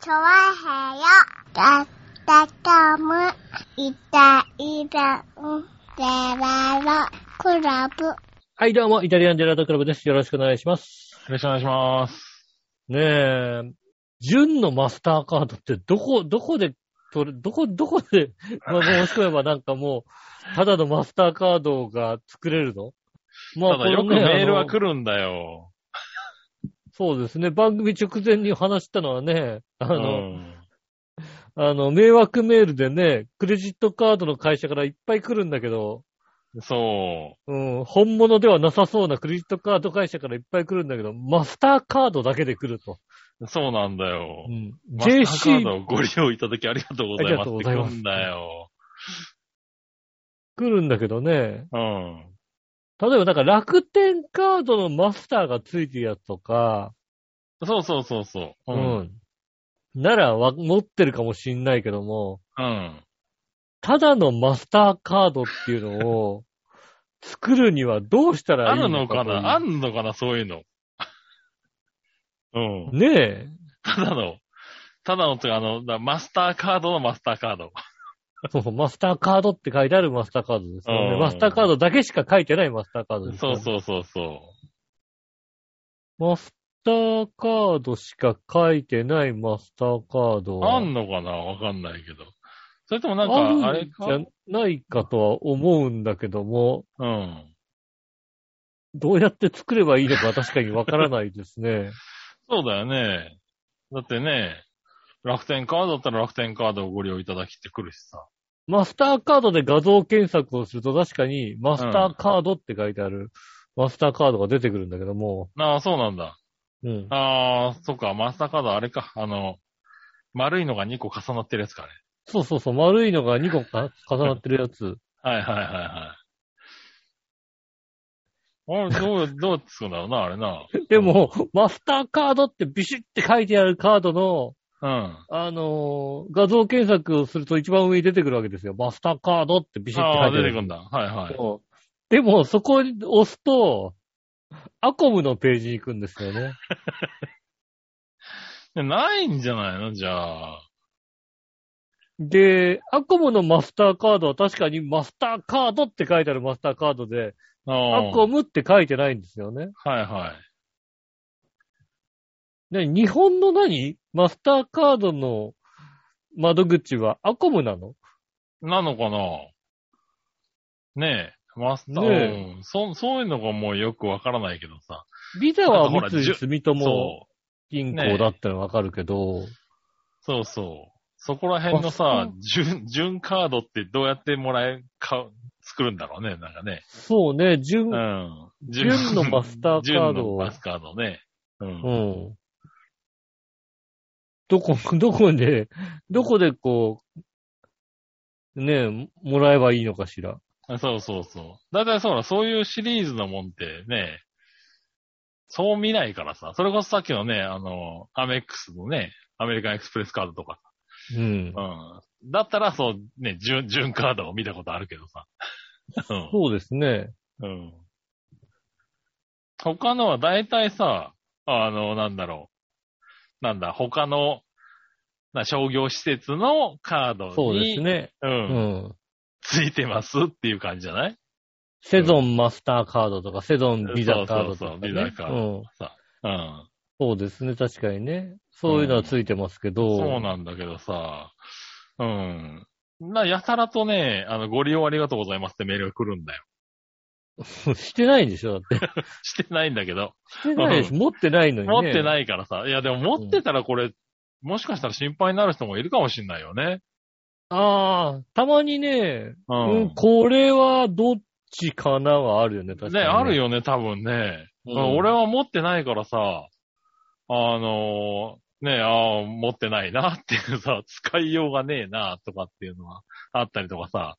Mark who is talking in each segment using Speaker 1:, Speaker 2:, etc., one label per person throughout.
Speaker 1: チョワヘヨだったかむいたいたんでららクラブ。
Speaker 2: はい、どうも、イタリアンジェラートクラブです。よろしくお願いします。
Speaker 3: よろしくお願いします。
Speaker 2: ねえ、純のマスターカードってどこ、どこで取る、どこ、どこで、まあ、もしくはなんかもう、ただのマスターカードが作れるのま
Speaker 3: ただよくメールは来
Speaker 2: る。
Speaker 3: るんだよ。
Speaker 2: そうですね。番組直前に話したのはね、あ
Speaker 3: あ
Speaker 2: の、あの、迷惑メールでね、クレジットカードの会社からいっぱい来るんだけど、
Speaker 3: そ
Speaker 2: うん、本物ではなさそうなクレジットカード会社からいっぱい来るんだけど、マスターカードだけで来ると。
Speaker 3: う。そうなんだよ
Speaker 2: う。ん、
Speaker 3: マスターカ
Speaker 2: JC
Speaker 3: ードをご利用いただきありがとうござい
Speaker 2: ありが
Speaker 3: ま
Speaker 2: と
Speaker 3: す
Speaker 2: う
Speaker 3: っ
Speaker 2: ご
Speaker 3: て
Speaker 2: ざいま
Speaker 3: 来
Speaker 2: す
Speaker 3: るんだよ。
Speaker 2: 来るんだけどね。
Speaker 3: うん。
Speaker 2: 例えばなんか楽天カードのマスターがついてるやつとか、
Speaker 3: そうそうそうそ
Speaker 2: う
Speaker 3: う。うん。
Speaker 2: ん。ならわ持ってるかもしんないけども、
Speaker 3: うん。
Speaker 2: ただのマスターカードっていうの を作るにはどうしたら
Speaker 3: あ
Speaker 2: いい
Speaker 3: る
Speaker 2: の
Speaker 3: の
Speaker 2: か
Speaker 3: か
Speaker 2: という
Speaker 3: なあんのかなそういうの。うん。
Speaker 2: ねえ。
Speaker 3: ただの、ただのってか、あの、だマスターカードのマスターカード。
Speaker 2: そう、マスターカードって書いてあるマスターカードですよね。
Speaker 3: うん
Speaker 2: マスターカードだけしか書いてないマスターカードです、
Speaker 3: そ
Speaker 2: ね。
Speaker 3: うそうそうそ
Speaker 2: マスターカードしか書いてないマスターカード
Speaker 3: う。
Speaker 2: は
Speaker 3: あんのかなわかんないけど。それともなん
Speaker 2: あるん
Speaker 3: か、あれか
Speaker 2: じゃないかとは思うんだけども、
Speaker 3: うん。
Speaker 2: どうやって作ればいいのかは確かにわからないですね。
Speaker 3: そうだよね。だってね、楽天カードだったら楽天カードをご利用いただきってくるしさ。
Speaker 2: マスターカードで画像検索をすると確かにマスターカードって書いてある、マスターカードが出てくるんだけども、
Speaker 3: ああ、そうなんだ。
Speaker 2: うん。
Speaker 3: ああ、そっか、マスターカードあれか。あの、丸いのが2個重なってるやつかね。
Speaker 2: そうそうそう、丸いのが2個か重なってるやつ。
Speaker 3: はいはいはいはい。あれ、どう、 どうつくんだろうな、あれな。
Speaker 2: でも、マスターカードってビシッって書いてあるカードの、
Speaker 3: うん。
Speaker 2: あのー画像検索をすると一番上に出てくるわけですよ。マスターカードってビシッって
Speaker 3: あ
Speaker 2: 書
Speaker 3: あ、
Speaker 2: いてあ
Speaker 3: 出
Speaker 2: る
Speaker 3: て。くんだ。はいはい。
Speaker 2: そうでも、そこに押すと、アコムのページに行くんですよね。
Speaker 3: でないんじゃないのじゃあ。
Speaker 2: で、アコムのマスターカードは確かにマスターカードって書いてあるマスターカードで、
Speaker 3: あ
Speaker 2: ア
Speaker 3: あ
Speaker 2: コムって書いてないんですよね。
Speaker 3: はいはい。
Speaker 2: で、日本の何マスターカードの窓口はアコムなの
Speaker 3: なのかなねえ、マスター、
Speaker 2: ね
Speaker 3: うんそ、そういうのがもうよくわからないけどさ。
Speaker 2: ビザは
Speaker 3: なんかほら
Speaker 2: 三井
Speaker 3: じゅ
Speaker 2: 住友
Speaker 3: そう。
Speaker 2: 銀
Speaker 3: ね
Speaker 2: 行だったらわかるけど、
Speaker 3: そうそう。そこら辺のさ
Speaker 2: あ、
Speaker 3: 純、純カードってどうやってもらえ、か、作るんだろうね、なんかね。
Speaker 2: そうね、順
Speaker 3: うん。
Speaker 2: 純のマスターカードを
Speaker 3: 純のマスターカードね。うん。
Speaker 2: うん。どこ、どこで、どこでこう、ねえ、もらえばいいのかしら。
Speaker 3: あそうそうそう。だいたいそうだ、そういうシリーズのもんってね、そう見ないからさ。それこそさっきのね、あの、アメックスのね、アメリカンエクスプレスカードとか
Speaker 2: うん。
Speaker 3: うんだったら、そう、ね、純、純カードを見たことあるけどさ。う
Speaker 2: そうですね。
Speaker 3: ん。うん。他のは大体さ、あの、なんだろう。なんだ、他の、な商業施設のカードに、
Speaker 2: そうですね。
Speaker 3: う、
Speaker 2: うんん。
Speaker 3: ついてますっていう感じじゃない
Speaker 2: セゾンマスターカードとか、セゾンビザカードとか、
Speaker 3: そうそうそう
Speaker 2: ね。
Speaker 3: ビザカード
Speaker 2: うん。
Speaker 3: うん。
Speaker 2: そうですね、確かにね。そういうのはついてますけど。
Speaker 3: そうなんだけどさ、うん。な、やたらとね、あの、ご利用ありがとうございますってメールが来るんだよ。
Speaker 2: してないんでしょだ って。
Speaker 3: してないんだけど。
Speaker 2: してないです。
Speaker 3: う
Speaker 2: 持ってないのにね。
Speaker 3: 持って
Speaker 2: い。
Speaker 3: ないからさ。いや、でも持ってたらこれ、もしかしたら心配になる人もいるかもしんないよね。
Speaker 2: ああ、たまにね、
Speaker 3: う。
Speaker 2: うんん、これはどっちかなはあるよね、確かに、
Speaker 3: ね、ある。よね、多分ね。
Speaker 2: うん
Speaker 3: うん俺は持ってないからさ、あのーね、ああ、持ってないなっていうさ、 使いようがねえなとかっていうのはあったりとかさ、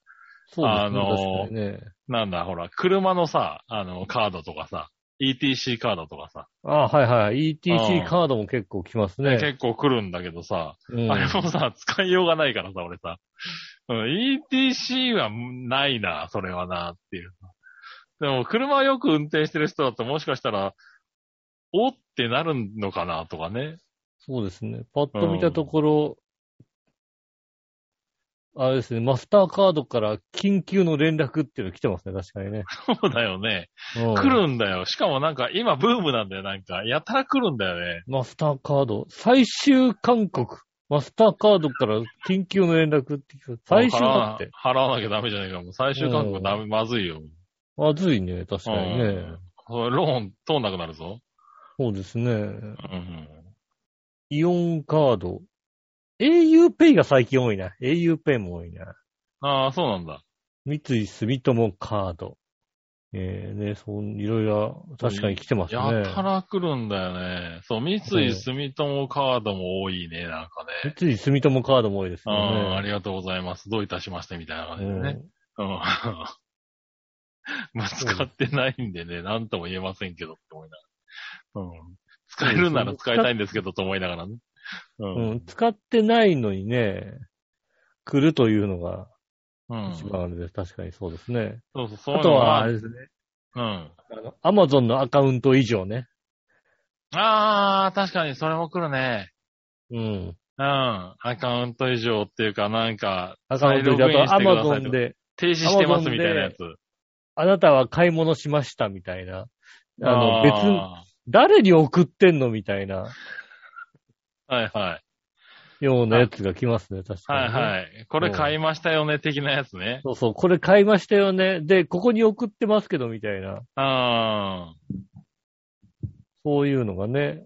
Speaker 2: そうですね、
Speaker 3: あのー
Speaker 2: 確かにね。
Speaker 3: なんだ、ほら、車のさ、あの、カードとかさ、ETC カードとかさ、
Speaker 2: あはいはい。
Speaker 3: う
Speaker 2: ETC
Speaker 3: ん
Speaker 2: カードも結構来ますね。
Speaker 3: 結構来るんだけどさ、
Speaker 2: うん
Speaker 3: あれもさ、使いようがないからさ、俺さ。うん、ETC はないな、それはな、っていう。でも、車をよく運転してる人だともしかしたら、おってなるのかな、とかね。
Speaker 2: そうですね。パッと見たところ、あれですね、マスターカードから緊急の連絡っていうの来てますね、確かにね。
Speaker 3: そうだよね。
Speaker 2: うん
Speaker 3: 来るんだよ。しかもなんか今ブームなんだよ。なんか、やたら来るんだよね。
Speaker 2: マスターカード。最終勧告。マスターカードから緊急の連絡って来た。最終だって。
Speaker 3: 払わな払わなきゃダメじゃねえか。もう最終韓
Speaker 2: うん
Speaker 3: 国ダメ、まずいよ。
Speaker 2: まずいね、確かにね。
Speaker 3: うんこれローン通んなくなるぞ。
Speaker 2: そうですね。
Speaker 3: うん。
Speaker 2: イオンカード。auPay が最近多いな。auPay も多いな。
Speaker 3: ああ、そうなんだ。
Speaker 2: 三井住友カード。えー、ね、そう、いろいろ確かに来てますね。
Speaker 3: やたら来るんだよね。そう、三井住友カードも多いね、なんかね。
Speaker 2: 三井住友カードも多いです
Speaker 3: う
Speaker 2: よ
Speaker 3: ん
Speaker 2: ね。、
Speaker 3: ありがとうございます。どういたしまして、みたいな感じで
Speaker 2: うん
Speaker 3: ね。うん。 まあ、使ってないんでね、なんとも言えませんけど、って思いながら。うん。使えるなら使いたいんですけど、と思いながらね。う。
Speaker 2: うんん、使ってないのにね、来るというのが
Speaker 3: うん。
Speaker 2: 一番あれです。確かにそうですね。
Speaker 3: そうそう、そうい
Speaker 2: あ
Speaker 3: う
Speaker 2: と
Speaker 3: の
Speaker 2: は、
Speaker 3: は
Speaker 2: あれ、ですね。
Speaker 3: うん。
Speaker 2: あの、アマゾンのアカウント以上ね。
Speaker 3: ああ、確かにそれも来るね。
Speaker 2: うん。
Speaker 3: うん。アカウント以上っていうか、なんか、
Speaker 2: アカウント以上。
Speaker 3: 再ログイン
Speaker 2: あと
Speaker 3: し
Speaker 2: ア
Speaker 3: てくだ
Speaker 2: マ
Speaker 3: さ
Speaker 2: ゾ
Speaker 3: いと
Speaker 2: ン
Speaker 3: か
Speaker 2: で、
Speaker 3: 停止してますみたいなやつ。
Speaker 2: あなたは買い物しましたみたいな。あの、別に、
Speaker 3: あ
Speaker 2: 誰に送ってんのみたいな
Speaker 3: ーはいはい。
Speaker 2: ようなやつが来ますね、確か
Speaker 3: は
Speaker 2: に、
Speaker 3: い
Speaker 2: ね。
Speaker 3: はい。これ買いましたよね、的なやつね。
Speaker 2: そうそう、これ買いましたよね。で、ここに送ってますけど、みたいな。
Speaker 3: あ
Speaker 2: そういうのがね。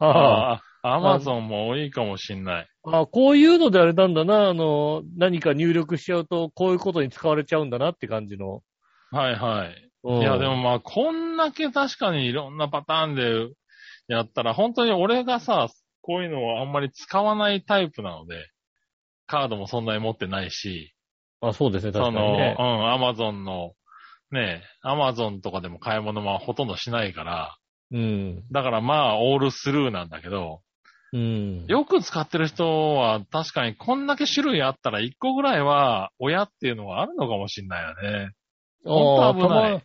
Speaker 3: ー
Speaker 2: ああ、
Speaker 3: あー。アマゾンも多いかもしんない。
Speaker 2: ああこういうのであれなんだな、あの、何か入力しちゃうと、こういうことに使われちゃうんだなって感じの。
Speaker 3: はいはい。
Speaker 2: うん
Speaker 3: いや、でも、まあ、こんだけ確かにいろんなパターンでやったら、本当に俺がさ、こういうのをあんまり使わないタイプなので、カードもそんなに持ってないし、
Speaker 2: あ、そうですね、
Speaker 3: そ
Speaker 2: 確か
Speaker 3: の、
Speaker 2: に
Speaker 3: うん
Speaker 2: ね。、
Speaker 3: アマゾンの、ね、アマゾンとかでも買い物はほとんどしないから、
Speaker 2: うん。
Speaker 3: だからまあ、オールスルーなんだけど、
Speaker 2: うん。
Speaker 3: よく使ってる人は確かにこんだけ種類あったら1個ぐらいは親っていうのはあるのかもしんないよね。
Speaker 2: ああ、
Speaker 3: 本当
Speaker 2: た
Speaker 3: 危ない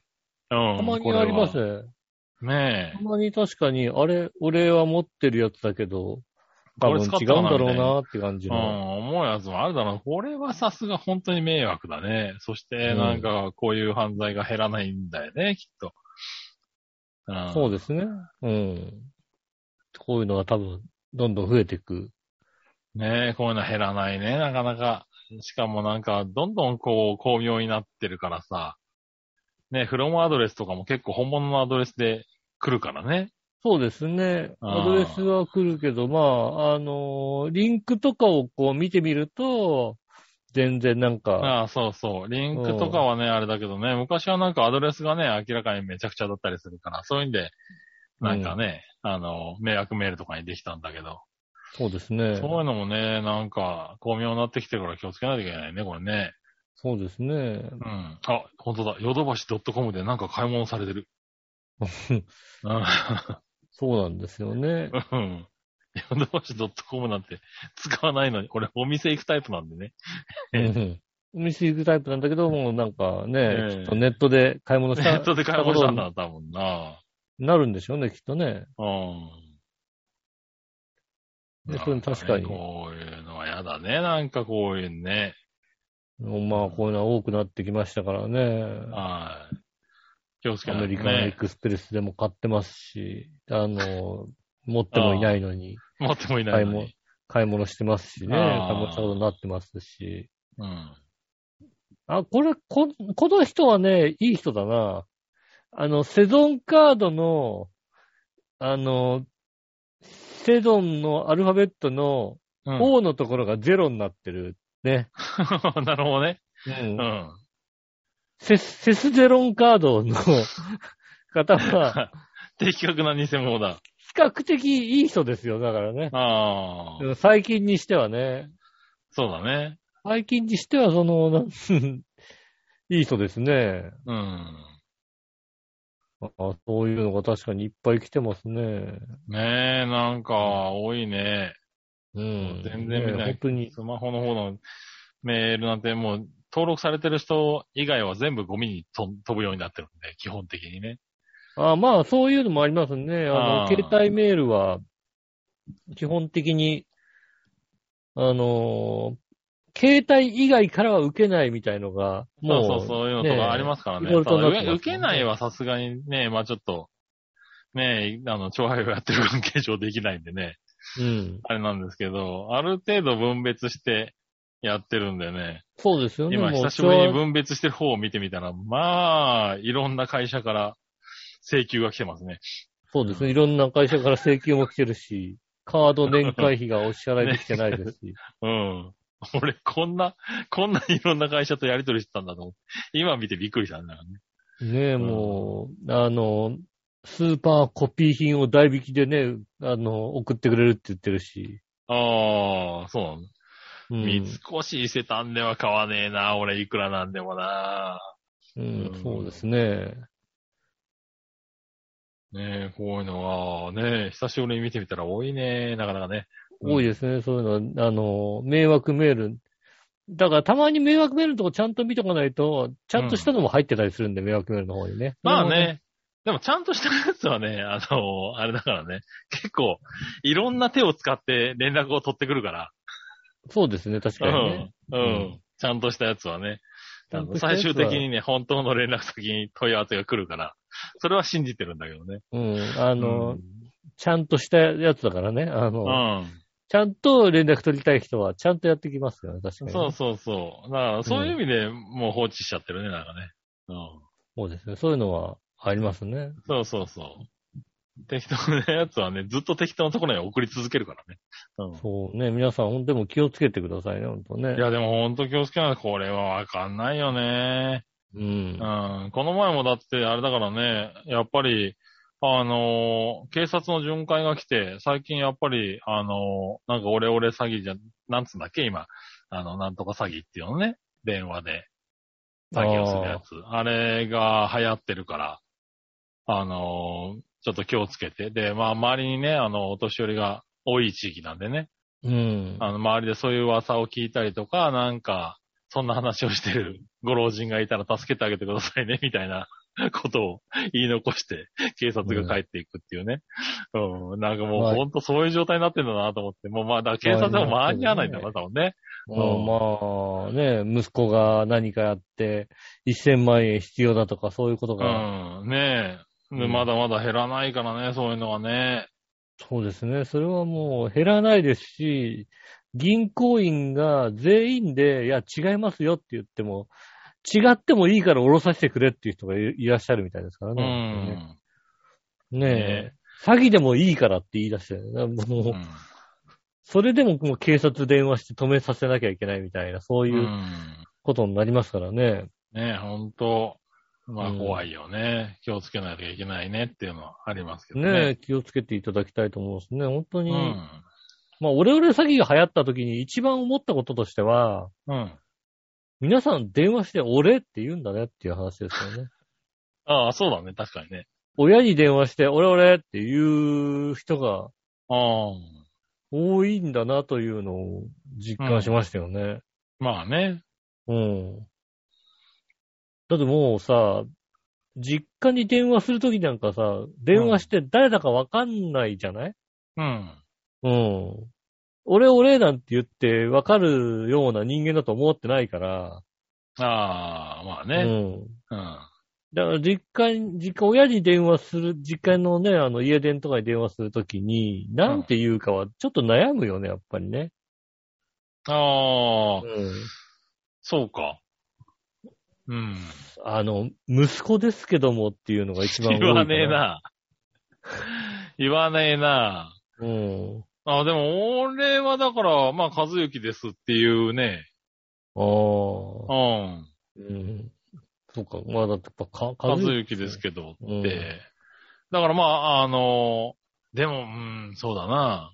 Speaker 2: ま、
Speaker 3: うん。
Speaker 2: たま
Speaker 3: こ
Speaker 2: に
Speaker 3: れは
Speaker 2: ありますね。
Speaker 3: ね
Speaker 2: たまに確かに、あれ、俺は持ってるやつだけど、多
Speaker 3: これ
Speaker 2: 分違
Speaker 3: 使っ
Speaker 2: う
Speaker 3: た
Speaker 2: ん
Speaker 3: かな
Speaker 2: だろうなって感じ
Speaker 3: え。うん、
Speaker 2: の。
Speaker 3: 思うやつもあるだろう。これはさすが本当に迷惑だね。そして
Speaker 2: うん
Speaker 3: なんかこういう犯罪が減らないんだよね、きっと。うん、
Speaker 2: そうですね。うん。こういうのが多分、どんどん増えていく。
Speaker 3: ねえ、こういうの減らないね、なかなか。しかもなんか、どんどんこう、巧妙になってるからさ。ねえ、フロムアドレスとかも結構本物のアドレスで来るからね。
Speaker 2: そうですね。
Speaker 3: あー
Speaker 2: アドレスは来るけど、まあ、あのーリンクとかをこう見てみると、全然なんか、
Speaker 3: ああ、そうそう。リンクとかはね、あれだけどね、昔はなんかアドレスがね、明らかにめちゃくちゃだったりするから、そういうんで、なんかね、あの、迷惑メールとかにできたんだけど、
Speaker 2: そうですね。
Speaker 3: そういうのもね、なんか、巧妙になってきてるから気をつけないといけないね、これね。
Speaker 2: そうですね。
Speaker 3: うん。あ、本当だ。ヨドバシ .com でなんか買い物されて る。うん。
Speaker 2: そうなんですよね。
Speaker 3: うん。ヨドバシ .com なんて使わないのに、これお店行くタイプなんでね。
Speaker 2: う
Speaker 3: ええ
Speaker 2: んお店行くタイプなんだけど、もうなんかね、
Speaker 3: ええ
Speaker 2: きっとネットで買い物し
Speaker 3: ネ
Speaker 2: た
Speaker 3: ットで買い物したんだ、多分な。
Speaker 2: なるんでしょうね、きっとね。
Speaker 3: うん。
Speaker 2: でそういうの確かに
Speaker 3: なんねこういうのは嫌だね。なんかこういうね。
Speaker 2: まあ、こういうのは多くなってきましたからね。
Speaker 3: はい。気をつけ
Speaker 2: ア
Speaker 3: な
Speaker 2: メ
Speaker 3: い
Speaker 2: リ
Speaker 3: と
Speaker 2: カンエ
Speaker 3: ね。
Speaker 2: クスプレスでも買ってますし、あの、持ってもいないのに、
Speaker 3: 持ってもいな
Speaker 2: 買い
Speaker 3: いの
Speaker 2: 物
Speaker 3: に。、
Speaker 2: 買い物してますしね、
Speaker 3: あー
Speaker 2: 買い物したことになってますし。
Speaker 3: うん。
Speaker 2: あ、これ、こ、この人はね、いい人だな。あの、セゾンカードの、あの、セゾンのアルファベットの
Speaker 3: うん
Speaker 2: O のところがゼロになってる。ね。
Speaker 3: なるほどね。
Speaker 2: うん
Speaker 3: うん。
Speaker 2: セス、セスゼロンカードの 方は、
Speaker 3: 的確な偽物だ。
Speaker 2: 比較的いい人ですよ、だからね。
Speaker 3: ああ。
Speaker 2: 最近にしてはね、
Speaker 3: そうだね。
Speaker 2: 最近にしてはその、なん いい人ですね。
Speaker 3: うん。
Speaker 2: あそういうのが確かにいっぱい来てますね。
Speaker 3: ねえ、なんか、多いね。
Speaker 2: うん。
Speaker 3: 全然見ない
Speaker 2: ね本当に。
Speaker 3: スマホの方のメールなんてもう、登録されてる人以外は全部ゴミにと飛ぶようになってるんで、基本的にね。
Speaker 2: あまあ、そういうのもありますね。あの、
Speaker 3: あー
Speaker 2: 携帯メールは、基本的に、あのー携帯以外からは受けないみたいのが、もう、
Speaker 3: そうそう、そういうのとかありますからね。
Speaker 2: ねえいろいろとなってます
Speaker 3: ただ受けないはさすがにね、まあちょっと、ねあの、超配をやってる関係上できないんでね、
Speaker 2: うん。
Speaker 3: あれなんですけど、ある程度分別してやってるんでね、
Speaker 2: そうですよね。
Speaker 3: 今
Speaker 2: もう
Speaker 3: 久しぶりに分別してる方を見てみたら、まあ、いろんな会社から請求が来てますね。
Speaker 2: そうですね。いろんな会社から請求も来てるし、カ ード年会費がお支払いできてないですし。
Speaker 3: うん。 俺、こんな、こんなにいろんな会社とやりとりしてたんだと思って、今見てびっくりしたんだからね。
Speaker 2: ねえ、もう、あの、スーパーコピー品を代引きでね、あの、送ってくれるって言ってるし。
Speaker 3: ああ、そうなん
Speaker 2: う
Speaker 3: だ。三
Speaker 2: ん。
Speaker 3: 越伊勢丹では買わねえな、俺いくらなんでもな。
Speaker 2: うん、そうですね。
Speaker 3: ねえ、こういうのは、ねえ、久しぶりに見てみたら多いね、なかなかね。うん
Speaker 2: 多いですね、そういうのは。あの、迷惑メール。だからたまに迷惑メールのとこちゃんと見とかないと、ちゃんとしたのも入ってたりするんで、迷惑メールの方にね。
Speaker 3: まあ。ね、でもちゃんとしたやつはね、あの、あれだからね、結構、いろんな手を使って連絡を取ってくるから。
Speaker 2: そうですね、確かにね。
Speaker 3: うん、う
Speaker 2: うん
Speaker 3: ん。ちゃんとしたやつはね、
Speaker 2: ちゃんとしたや
Speaker 3: 最
Speaker 2: つは
Speaker 3: 終的にね、本当の連絡先に問い合わせが来るから、それは信じてるんだけどね。
Speaker 2: うん。あ
Speaker 3: あ
Speaker 2: の、ちゃんとしたやつだからね。あの、
Speaker 3: うん。
Speaker 2: ちゃんと連絡取りたい人は、ちゃんとやってきますからね、確かにね。
Speaker 3: そうそうそう。だから、そういう意味で、もう放置しちゃってるね、なんかね。うん。
Speaker 2: そうですね。そういうのはありますね。
Speaker 3: そうそうそう。適当なやつはね、ずっと適当なところに送り続けるからね。う
Speaker 2: そうね。皆さん、ほんとでも気をつけてくださいね、ほんとね
Speaker 3: ん。い。や、でもほんと気をつけないと、これはわかんないよね。
Speaker 2: うん。
Speaker 3: うん。この前もだって、あれだからね、やっぱり、あのー警察の巡回が来て、最近やっぱり、あのーなんかオレオレ詐欺じゃ、なんつうんだっけ、今。あの、なんとか詐欺っていうのね、電話で。詐欺をするやつ。あれが流行ってるから、あのーちょっと気をつけて。で、まあ、周りにね、あの、お年寄りが多い地域なんでね、
Speaker 2: うん。
Speaker 3: あの、周りでそういう噂を聞いたりとか、なんか、そんな話をしてる ご老人がいたら助けてあげてくださいね、みたいな ことを言い残して、警察が帰っていくっていうね。うん、なんかも
Speaker 2: まあ
Speaker 3: うほんとそういう状態になってんだなと思って、もうまあ、だから警察でも周りに合わないんだな、多分ね。
Speaker 2: もうまあ、ね、息子が何かやって、1000万円必要だとか、そういうことが、
Speaker 3: うん、ねえ。で
Speaker 2: うん
Speaker 3: まだまだ減らないからね、そういうのはね。
Speaker 2: そうですね。それはもう減らないですし、銀行員が全員で、いや、違いますよって言っても、違ってもいいから下ろさせてくれっていう人がいいらっしゃるみたいですから
Speaker 3: う
Speaker 2: ね。
Speaker 3: ん。
Speaker 2: ねえ。詐欺でもいいからって言い出してる、もう
Speaker 3: うん
Speaker 2: それでももう警察電話して止めさせなきゃいけないみたいな、そういうううんことになりますからね。
Speaker 3: ねえ、ほんと。まあ
Speaker 2: うん
Speaker 3: 怖いよね。気をつけないといけないねっていうのはありますけどね。
Speaker 2: ねえ、気をつけていただきたいと思うんですね。本当
Speaker 3: う
Speaker 2: に、
Speaker 3: ん。
Speaker 2: まあ、オレオレ詐欺が流行った時に一番思ったこととしては、
Speaker 3: うん。
Speaker 2: 皆さん電話して俺って言うんだねっていう話です よね。
Speaker 3: ああ、そうだね。確かにね。
Speaker 2: 親に電話して俺俺っていう人が
Speaker 3: ああ。
Speaker 2: 多いんだなというのを実感しましたよね。
Speaker 3: まあね。
Speaker 2: うん。だってもうさ、実家に電話するときなんかさ、電話して誰だかわかんないじゃない
Speaker 3: うん。
Speaker 2: うん。俺俺なんて言ってわかるような人間だと思ってないから。
Speaker 3: ああ、まあ
Speaker 2: う
Speaker 3: ね。
Speaker 2: ん。
Speaker 3: うん。
Speaker 2: だから実家に、実家、親に電話する、実家のね、あの家電とかに電話するときに、なんて言うかはちょっと悩むよね、やっぱりね。う、
Speaker 3: ああ
Speaker 2: ん。
Speaker 3: そうか。うん。
Speaker 2: あの、息子ですけどもっていうのが一番多いか
Speaker 3: 言わねえ。な。言わねえな。
Speaker 2: うん。
Speaker 3: あ、でも、俺はだから、まあ、和幸ですっていうね。
Speaker 2: ああ。
Speaker 3: うん。
Speaker 2: うん。そうか。まあ、だってやっぱ、か、
Speaker 3: 和
Speaker 2: ず
Speaker 3: 幸ですけどって。
Speaker 2: うん
Speaker 3: だからまあ、あの、でも、うん、そうだな。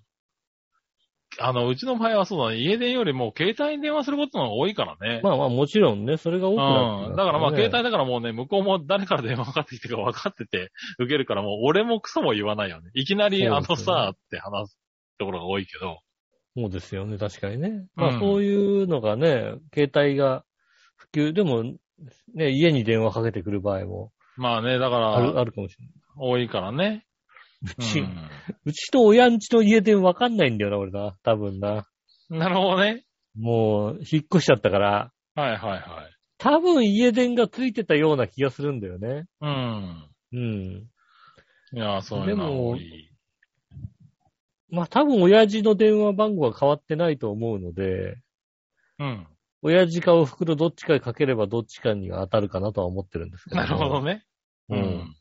Speaker 3: あの、うちの場合はそうだね。家電よりも携帯に電話することの方が多いからね。
Speaker 2: まあまあ、もちろんね、それが多くなって
Speaker 3: う
Speaker 2: る
Speaker 3: ん。だからまあ、携帯
Speaker 2: ね
Speaker 3: だからもうね、向こうも誰から電話かかってきてるか分かってて、受けるからもう、俺もクソも言わないよね。いきなり、
Speaker 2: そう
Speaker 3: あ
Speaker 2: です
Speaker 3: の
Speaker 2: よね
Speaker 3: さ、って話すところが多いけど。
Speaker 2: そうですよね、確かにね。ま
Speaker 3: う
Speaker 2: あ、
Speaker 3: ん
Speaker 2: そういうのがね、携帯が普及、でも、ね、家に電話かけてくる場合も
Speaker 3: まあね、だか
Speaker 2: ある、
Speaker 3: ら、
Speaker 2: あるかもしれない。
Speaker 3: 多いからね。
Speaker 2: う
Speaker 3: う
Speaker 2: ち、うんちと親んちの家電わかんないんだよな、俺な。多分な。
Speaker 3: なるほどね。
Speaker 2: もう、引っ越しちゃったから、
Speaker 3: はいはいはい。
Speaker 2: 多分家電がついてたような気がするんだよね。
Speaker 3: うん。
Speaker 2: うん。
Speaker 3: いやー、そういう
Speaker 2: で
Speaker 3: の
Speaker 2: も
Speaker 3: 多い。
Speaker 2: まあ多分親父の電話番号は変わってないと思うので、
Speaker 3: うん。
Speaker 2: 親父かお袋どっちかにかければどっちかには当たるかなとは思ってるんですけど。
Speaker 3: なるほど。ね。
Speaker 2: うん。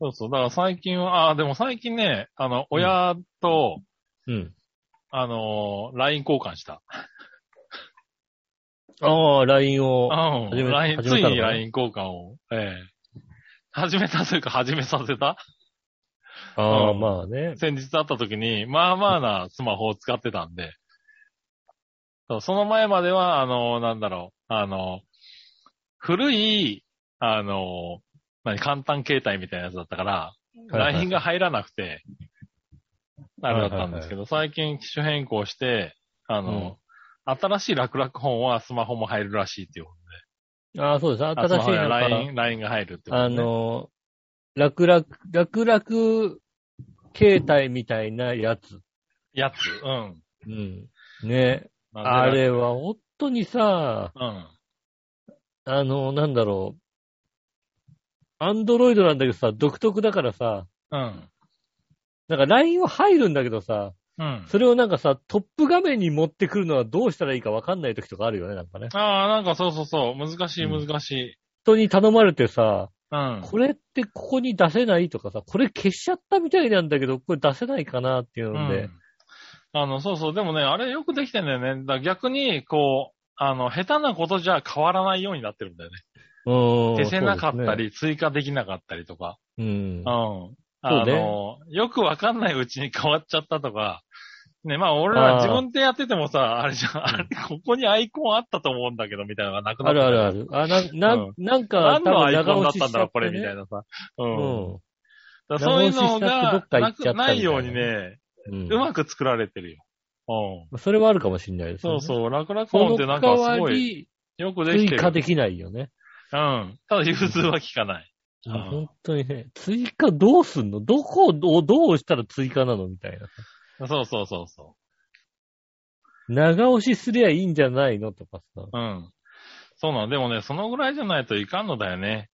Speaker 3: そうそう。だから最近は、ああー、でも最近ね、あの、親と、
Speaker 2: うん。
Speaker 3: あのー、LINE 交換した。
Speaker 2: ああ、LINE を。
Speaker 3: うん。
Speaker 2: 始め
Speaker 3: LINE、
Speaker 2: 始
Speaker 3: つ
Speaker 2: め
Speaker 3: い
Speaker 2: たのかな
Speaker 3: に LINE 交換を。ええ始めたというか、始めさせた
Speaker 2: ああ、
Speaker 3: うん
Speaker 2: まあ ね。
Speaker 3: 先日会った時に、まあまあなスマホを使ってたんで、そうその前までは、あの、なんだろう、あの、古い、あの、何、簡単携帯みたいなやつだったから、
Speaker 2: はいはい
Speaker 3: LINE が入らなくて、あれだったんですけど、最近機種変更して、あの、新しい楽々本はスマホも入るらしいっていうことで。
Speaker 2: ああ、そうです。
Speaker 3: あスマ
Speaker 2: 新しい
Speaker 3: ホや
Speaker 2: のから
Speaker 3: LINE、LINE が入るってこと、ね。
Speaker 2: あの、楽々、楽々携帯みたいなやつ。
Speaker 3: やつ。うん。
Speaker 2: うん。ね。
Speaker 3: なんで
Speaker 2: あれは本当にさ、
Speaker 3: うん。
Speaker 2: あの、なんだろう。アンドロイドなんだけどさ、独特だからさ、
Speaker 3: うん。
Speaker 2: なんか LINE は入るんだけどさ、
Speaker 3: うん。
Speaker 2: それをなんかさ、トップ画面に持ってくるのはどうしたらいいかわかんない時とかあるよね、なんかね。
Speaker 3: ああ、なんかそうそうそう。難しい難しい。
Speaker 2: 人に頼まれてさ、
Speaker 3: うん。
Speaker 2: これってここに出せないとかさ、これ消しちゃったみたいなんだけど、これ出せないかなっていう
Speaker 3: う
Speaker 2: ので
Speaker 3: ん。あの、そうそう。でもね、あれよくできてんだよね。だから逆に、こう、あの、下手なことじゃ変わらないようになってるんだよね。
Speaker 2: うん。
Speaker 3: 消せなかった
Speaker 2: り。
Speaker 3: り、追加できなかったりとか。
Speaker 2: うん
Speaker 3: う。ん。
Speaker 2: そ
Speaker 3: あ
Speaker 2: うね
Speaker 3: の、よくわかんないうちに変わっちゃったとか。ね、まあ俺ら
Speaker 2: あー
Speaker 3: 自分でやっててもさ、あれじゃん、あれ、ここにアイコンあったと思うんだけど、みたいなのがなくな
Speaker 2: あ
Speaker 3: ったり
Speaker 2: る
Speaker 3: と
Speaker 2: あ
Speaker 3: か
Speaker 2: るある。あ、な、な
Speaker 3: うん、
Speaker 2: なんか、
Speaker 3: 何のアイコンだ
Speaker 2: 多
Speaker 3: っ
Speaker 2: 分
Speaker 3: たんだろう、これ、みた
Speaker 2: 長押
Speaker 3: い
Speaker 2: ししちゃってね
Speaker 3: なさ。う。
Speaker 2: うんん。
Speaker 3: だからそういうの
Speaker 2: 長押ししたってど
Speaker 3: が
Speaker 2: っか行
Speaker 3: な
Speaker 2: っちゃった
Speaker 3: く
Speaker 2: みたいな
Speaker 3: ないようにね、
Speaker 2: うん
Speaker 3: うまく作られてるよ。うん。
Speaker 2: それはあるかもしれないですね。
Speaker 3: そうそう、楽々
Speaker 2: そ
Speaker 3: 音
Speaker 2: の
Speaker 3: ってなん
Speaker 2: 代
Speaker 3: かすご
Speaker 2: わ
Speaker 3: い、
Speaker 2: り、
Speaker 3: よくでき
Speaker 2: 追
Speaker 3: て
Speaker 2: 加
Speaker 3: る。
Speaker 2: できないよね。
Speaker 3: うん。ただ、融通は効か ない。うん
Speaker 2: 本当にね、追加どうすんのどこをどうどう押したら追加なのみたいな。
Speaker 3: そうそうそうそ
Speaker 2: 長押しすりゃいいんじゃないのとかさ。
Speaker 3: う。うん。そうなの。でもね、そのぐらいじゃないといかんのだよね。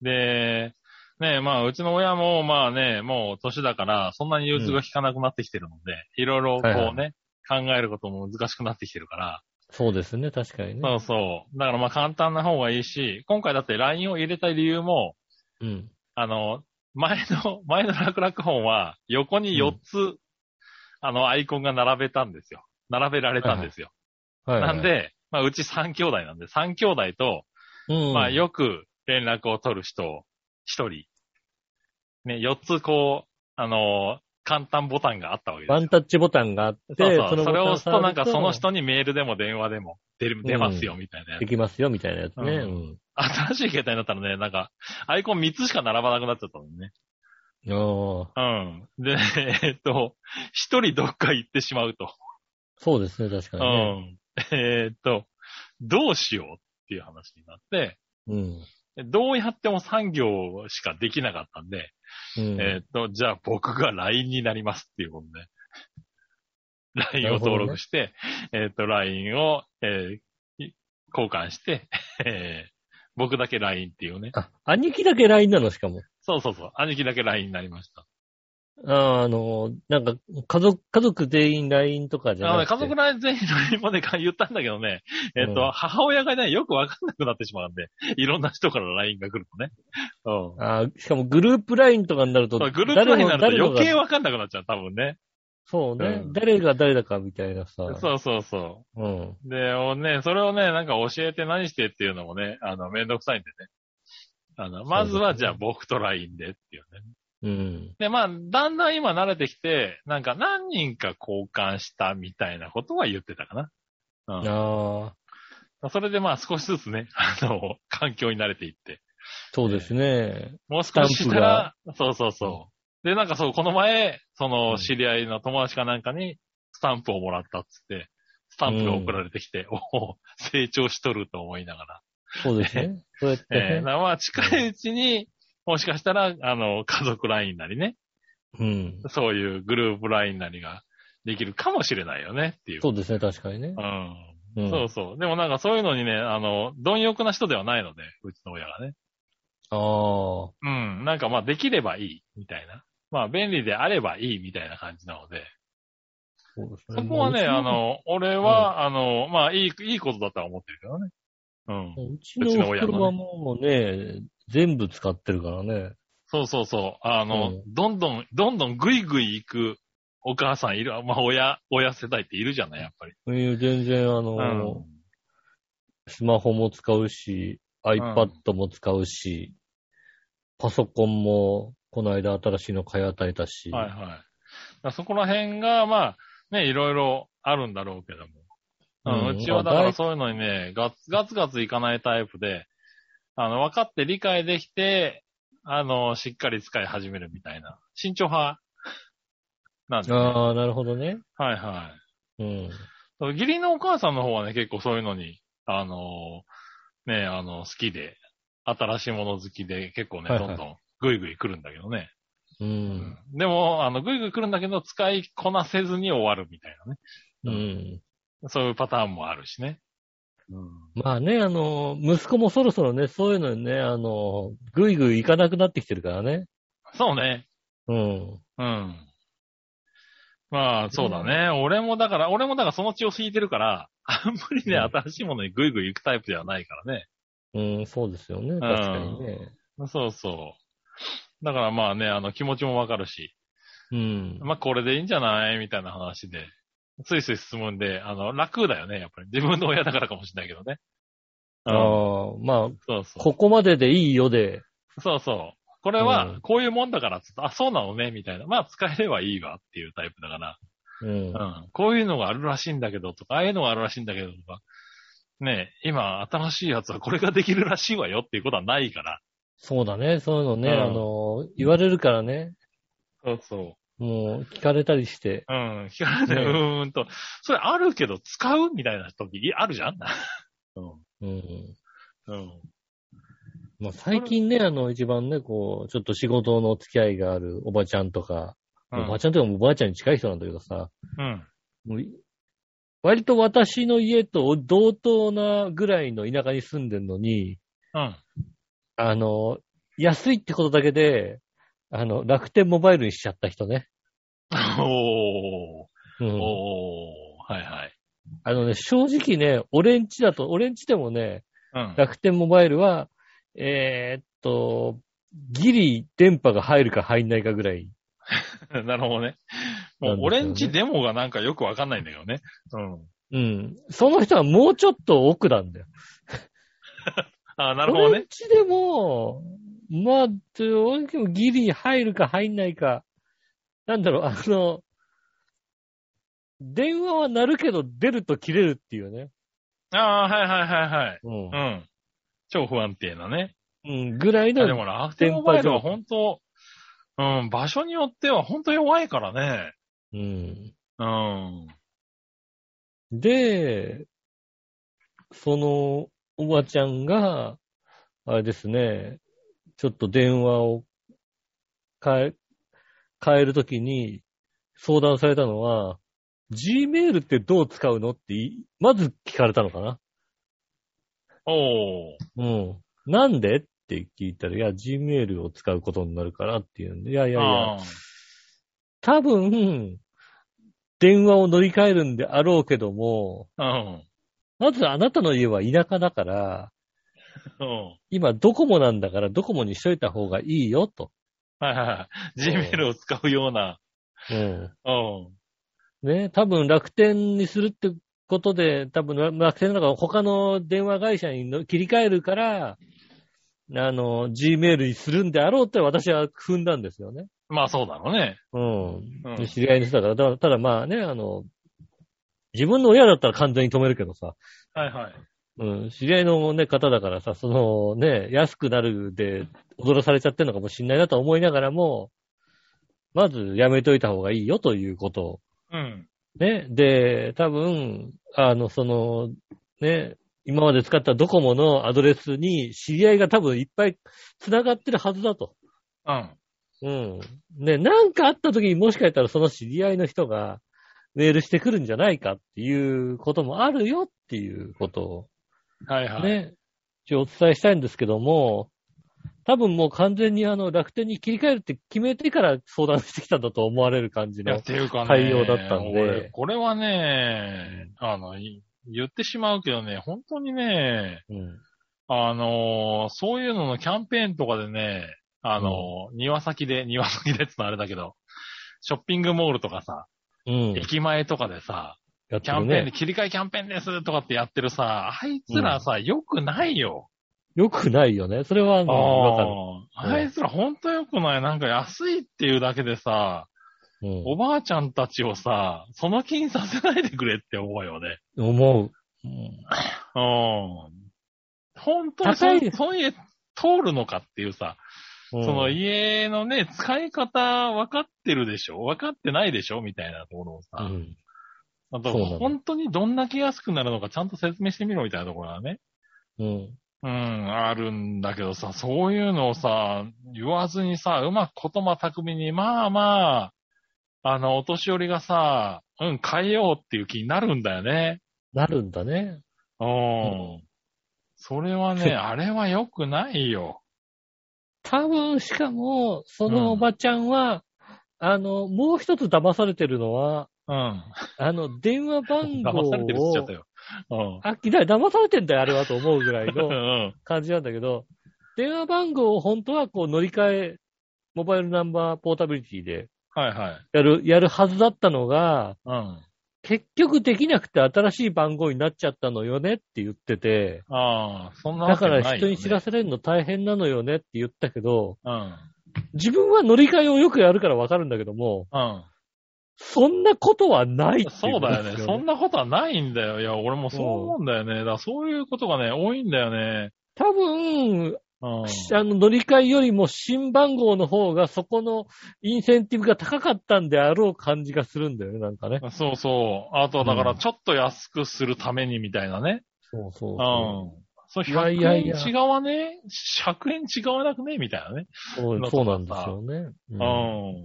Speaker 3: で、ねまあ、うちの親も、まあね、もう年だから、そんなに融通が効かなくなってきてるので、いろいろこうね、
Speaker 2: はい
Speaker 3: 考えることも難しくなってきてるから、
Speaker 2: そうですね、確かにね。
Speaker 3: そうそう。だからまあ簡単な方がいいし、今回だって LINE を入れた理由も、
Speaker 2: うん。
Speaker 3: あの、前の、 前の楽々本は、横に4つ、あの、アイコンが並べたんですよ。並べられたんですよ。
Speaker 2: はいはい。
Speaker 3: なんで、まあ、うち3兄弟なんで、3兄弟と、
Speaker 2: うん、
Speaker 3: まあ、よく連絡を取る人、1人。ね、4つこう、あのー簡単ボタンがあったわけです
Speaker 2: ワ
Speaker 3: よ
Speaker 2: ン。タッチボタンがあって、
Speaker 3: そうそう。そ
Speaker 2: ボタ
Speaker 3: れ
Speaker 2: ン
Speaker 3: を押すと、なん
Speaker 2: 触
Speaker 3: か
Speaker 2: る
Speaker 3: その人にメールでも電話でも出る出ますよ、みたいなやつ
Speaker 2: できますよ、みたいなやつね。
Speaker 3: う
Speaker 2: うん。
Speaker 3: 新しい携帯になったらね、なんか、アイコン3つしか並ばなくなっちゃったのね。
Speaker 2: ああ
Speaker 3: うん。で、 えっと、一人どっか行ってしまうと。
Speaker 2: そうですね、確かにね。
Speaker 3: うん。えっと、どうしようっていう話になって、
Speaker 2: うん。
Speaker 3: どうやっても産業しかできなかったんで、
Speaker 2: うん。
Speaker 3: えっと、じゃあ僕が LINE になりますっていうことで。LINE を登録して、えっと、LINE を、えーい交換して、 えー僕だけ LINE っていうね。
Speaker 2: あ、兄貴だけ LINE なの、しかも。
Speaker 3: そうそうそう。兄貴だけ LINE になりました。
Speaker 2: あーあの、なんか、家族、家族全員 LINE とかじゃ
Speaker 3: あの
Speaker 2: な
Speaker 3: ね、
Speaker 2: くて。
Speaker 3: 家族内全員の今まで言ったんだけどね、えっ、と、
Speaker 2: うん
Speaker 3: 母親がね、よくわかんなくなってしまうんで、いろんな人から LINE が来るのね。うん。
Speaker 2: あーしかもグループ LINE とかになると、
Speaker 3: そうグループ LINE になる
Speaker 2: 誰
Speaker 3: と
Speaker 2: の
Speaker 3: 余計
Speaker 2: 誰のが
Speaker 3: わかんなくなっちゃう、多分ね。
Speaker 2: そうね、
Speaker 3: うん
Speaker 2: 誰が誰だかみたいなさ。。
Speaker 3: そうそうそう
Speaker 2: うん。
Speaker 3: う。で、おね、それをね、なんか教えて何してっていうのもね、あの、めんどくさいんでね。あの、まずはじゃあ僕と LINE でっていうね。
Speaker 2: うん。
Speaker 3: で、まあ、だんだん今慣れてきて、なんか何人か交換したみたいなことは言ってたかな。うん。
Speaker 2: ああ、
Speaker 3: それでまあ少しずつね、あの、環境に慣れていって。
Speaker 2: そうですね。
Speaker 3: もう少ししたら、そうそうそう。で、なんかそう、この前、その、知り合いの友達かなんかに、スタンプをもらったっつって、スタンプが送られてきて、おお成長しとると思いなが
Speaker 2: そうですね。 そうやって、
Speaker 3: ら。え
Speaker 2: ね
Speaker 3: ー、なまあ、近いうちに、もしかしたら、あの、家族ラインなりね、
Speaker 2: うん。
Speaker 3: そういうグループラインなりができるかもしれないよねっていう。
Speaker 2: そうですね、確かにね
Speaker 3: う。
Speaker 2: う
Speaker 3: ん。
Speaker 2: ん、
Speaker 3: そうそう。でもなんかそういうのにね、あの、貪欲な人ではないので、うちの親がね。
Speaker 2: ああ。
Speaker 3: うん。なんかまあできればいい、みたいな。まあ便利であればいい、みたいな感じなので。
Speaker 2: そうです
Speaker 3: そこはね、あ、の、俺は、あの、まあいい、いいことだとは思ってるけどね。うん。
Speaker 2: うちのおふくろはもうね、全部使ってるからね。
Speaker 3: そうそうそう。あ
Speaker 2: う
Speaker 3: の、
Speaker 2: ん
Speaker 3: どんどん、どんどんぐいぐい行くお母さんいる、まあ親、親世代っているじゃない、やっぱり。
Speaker 2: うん全然、あ
Speaker 3: う
Speaker 2: の、
Speaker 3: ん。
Speaker 2: スマホも使うし、iPad も使うし、パソコンも、この間新しいの買い与えたし、
Speaker 3: はいはい。だからそこら辺が、まあ、ね、いろいろあるんだろうけども。うん、
Speaker 2: うん
Speaker 3: うちはだか
Speaker 2: まあ
Speaker 3: らそういうのにね、ガツガツガツいかないタイプで、あの、分かって理解できて、あの、しっかり使い始めるみたいな。慎重派なんですね。はい
Speaker 2: ああ、なるほどね。
Speaker 3: は
Speaker 2: うん。
Speaker 3: い。義理のお母さんの方はね、結構そういうのに、あの、ね、あの、好きで、新しいもの好きで、結構ね、
Speaker 2: はいは
Speaker 3: ど
Speaker 2: い
Speaker 3: んどん、ぐいぐい来るんだけどね。
Speaker 2: うん。
Speaker 3: でも、あの、ぐいぐい来るんだけど、使いこなせずに終わるみたいなね。
Speaker 2: う
Speaker 3: うん
Speaker 2: ん。
Speaker 3: そういうパターンもあるしね。
Speaker 2: まあね、あの、息子もそろそろね、そういうのにね、あの、ぐいぐい行かなくなってきてるからね。
Speaker 3: そうね。
Speaker 2: うん。
Speaker 3: うん。まあ、そうだね。俺もだから、俺もだからその血を引いてるから、あんまりね、
Speaker 2: うん
Speaker 3: 新しいものにぐいぐい行くタイプではないからね。
Speaker 2: うん、そうですよね、確かにね。
Speaker 3: そうそう。だからまあね、あの、気持ちもわかるし、
Speaker 2: うん。
Speaker 3: まあこれでいいんじゃないみたいな話で、ついつい進むんで、あの、楽だよね、やっぱり。自分の親だからかもしれないけどね。
Speaker 2: あ
Speaker 3: うん
Speaker 2: あ、まあ、
Speaker 3: そうそう。
Speaker 2: ここまででいいよで、
Speaker 3: そうそう。これ
Speaker 2: う
Speaker 3: は
Speaker 2: ん、
Speaker 3: こういうもんだからっつって、あ、そうなのね、みたいな。まあ、使えればいいわっていうタイプだから。
Speaker 2: うん。
Speaker 3: うん。こういうのがあるらしいんだけど、とか、ああいうのがあるらしいんだけど、とか。ねえ、今、新しいやつはこれができるらしいわよっていうことはないから。
Speaker 2: そうだね、そういうのね、
Speaker 3: うん
Speaker 2: あの、言われるからね、
Speaker 3: そうそ
Speaker 2: もう聞かれたりして、
Speaker 3: う。うん。聞かれて、
Speaker 2: ねえ
Speaker 3: うーんと。それあるけど、使うみたいな時あるじゃん。う
Speaker 2: うん。
Speaker 3: ん。うん。
Speaker 2: まあ、最近ね、あの、一番ね、こう、ちょっと仕事の付き合いがあるおばちゃんとか、おばちゃんとかもおばあちゃんに近い人なんだけどさ、
Speaker 3: うん。
Speaker 2: もうい割と私の家と同等なぐらいの田舎に住んでんのに、
Speaker 3: うん。
Speaker 2: あの、安いってことだけで、あの、楽天モバイルにしちゃった人ね。
Speaker 3: おー。
Speaker 2: うん。
Speaker 3: おー。はいはい。
Speaker 2: あのね、正直ね、俺んちだと、俺んちでもね、
Speaker 3: うん。
Speaker 2: 楽天モバイルは、えーっと、ギリ電波が入るか入んないかぐらい。
Speaker 3: なるほどね。もう、オレンジデモがなんかよくわかんないんだけどね。うん。
Speaker 2: うん。その人はもうちょっと奥なんだよ。
Speaker 3: ああ、なるほど
Speaker 2: 俺
Speaker 3: ね
Speaker 2: ん。ちでも、まあ、で俺でもギリ入るか入んないか。なんだろう、あの、電話は鳴るけど出ると切れるっていうね。
Speaker 3: ああ、はいはいはいはい。
Speaker 2: うん
Speaker 3: う。ん。超不安定なね。
Speaker 2: うん、ぐらい
Speaker 3: いやで
Speaker 2: の、
Speaker 3: も楽天モバイルは本当、うん、場所によっては本当弱いからね。
Speaker 2: うん。
Speaker 3: うん。
Speaker 2: で、そのおばちゃんが、あれですね、ちょっと電話を変え、変えるときに相談されたのは、Gmail ってどう使うのってい、まず聞かれたのかな
Speaker 3: おー。
Speaker 2: うん。なんでって聞いたら、いや、Gmail を使うことになるからっていうんで、いやいやいや、
Speaker 3: あ
Speaker 2: 多分、電話を乗り換えるんであろうけども、
Speaker 3: ーうん。
Speaker 2: まずあなたの家は田舎だから、
Speaker 3: うん。
Speaker 2: 今、ドコモなんだから、ドコモにしといた方がいいよ、と。
Speaker 3: はいはいはい。Gmail を使うような。
Speaker 2: うん。
Speaker 3: うん。
Speaker 2: ね、多分楽天にするってことで、多分楽楽天の中の他の電話会社にの切り替えるから、あの、Gmail にするんであろうって私は踏んだんですよね。
Speaker 3: まあそうだろうね。
Speaker 2: うん。
Speaker 3: うん。
Speaker 2: で知り合いの人だから、だからただまあね、あの、自分の親だったら完全に止めるけどさ、
Speaker 3: はいはい。
Speaker 2: うん、知り合いの、ね、方だからさ、そのね、安くなるで踊らされちゃってるのかもしんないなと思いながらも、まずやめといた方がいいよということを。
Speaker 3: うん。
Speaker 2: ね。で、多分、あの、その、ね、今まで使ったドコモのアドレスに知り合いが多分いっぱい繋がってるはずだと。
Speaker 3: うん。
Speaker 2: うん。ね、なんかあった時にもしかしたらその知り合いの人がメールしてくるんじゃないかっていうこともあるよっていうことを
Speaker 3: はいはい。
Speaker 2: ね、一応お伝えしたいんですけども、多分もう完全にあの楽天に切り替えるって決めてから相談してきたんだと思われる感じ
Speaker 3: いや、
Speaker 2: の
Speaker 3: っ。ていうかね。
Speaker 2: 対応だったんで
Speaker 3: 俺これはね、あの、い言ってしまうけどね、本当にね、
Speaker 2: うん。
Speaker 3: あのーそういうののキャンペーンとかでね、あのー庭先で、庭先でってのはあれだけど、ショッピングモールとかさ、
Speaker 2: うん。
Speaker 3: 駅前とかでさ、
Speaker 2: やっ
Speaker 3: キ
Speaker 2: て
Speaker 3: ャ
Speaker 2: る
Speaker 3: ンペーンで
Speaker 2: ね。
Speaker 3: 切り替えキャンペーンですとかってやってるさ、あいつらさ、良くないよ。
Speaker 2: よくないよね。それは、あのわかる。
Speaker 3: あーあいつら本当良くない。なんか安いっていうだけでさ、
Speaker 2: うん
Speaker 3: おばあちゃんたちをさ、その気にさせないでくれって思うよね。
Speaker 2: 思う。
Speaker 3: うん。本当にそ
Speaker 2: 高い
Speaker 3: その家通るのかっていうさ、
Speaker 2: そ
Speaker 3: その家のね、使い方分かってるでしょ分かってないでしょみたいなところを
Speaker 2: う
Speaker 3: さ、
Speaker 2: ん。
Speaker 3: あ
Speaker 2: そう
Speaker 3: と
Speaker 2: なの
Speaker 3: 本当にどんだけ安くなるのかちゃんと説明してみろみたいなところがね、
Speaker 2: うん。
Speaker 3: うん、あるんだけどさ、そういうのをさ、言わずにさ、うまく言葉巧みに、まあまあ、あの、お年寄りがさ、うん、変えようっていう気になるんだよね。
Speaker 2: なるんだね。
Speaker 3: うん。それ はね、あれは良くないよ。
Speaker 2: 多分、しかも、そのおばちゃんは、あの、もう一つ騙されてるのは、
Speaker 3: うん。
Speaker 2: あの、電話番号
Speaker 3: 騙されてるっつっちゃっ
Speaker 2: を
Speaker 3: た、よ。うん。
Speaker 2: あ、いや騙されてんだよ、あれはと思うぐらい の
Speaker 3: うん
Speaker 2: 感じなんだけど、電話番号を本当はこう乗り換え、モバイルナンバーポータビリティで
Speaker 3: はいはい。
Speaker 2: やる、やるはずだったのが、
Speaker 3: うん。
Speaker 2: 結局できなくて新しい番号になっちゃったのよねって言ってて、
Speaker 3: ああ、そんな
Speaker 2: だ
Speaker 3: わけ
Speaker 2: か
Speaker 3: ないよ、ね。
Speaker 2: ら人に知らせれるの大変なのよねって言ったけど、
Speaker 3: うん。
Speaker 2: 自分は乗り換えをよくやるからわかるんだけども、
Speaker 3: うん。
Speaker 2: そんなことはないってい
Speaker 3: そうだよね。そん
Speaker 2: ね。
Speaker 3: なことはないんだよ。いや、俺もそう思うんだよね。だからそういうことがね、多いんだよね。
Speaker 2: 多分、
Speaker 3: うん。
Speaker 2: あの乗り換えよりも新番号の方がそこのインセンティブが高かったんであろう感じがするんだよね、なんかね。
Speaker 3: そうそう。あと、だか
Speaker 2: う
Speaker 3: ら、
Speaker 2: ん
Speaker 3: ちょっと安くするためにみたいなね。
Speaker 2: そうそう
Speaker 3: うん。
Speaker 2: そ
Speaker 3: そう、
Speaker 2: いやいや
Speaker 3: 100
Speaker 2: いや
Speaker 3: 円違わね ?100 円違わなくねみたいなね。
Speaker 2: う。そうそうなんですよね。うん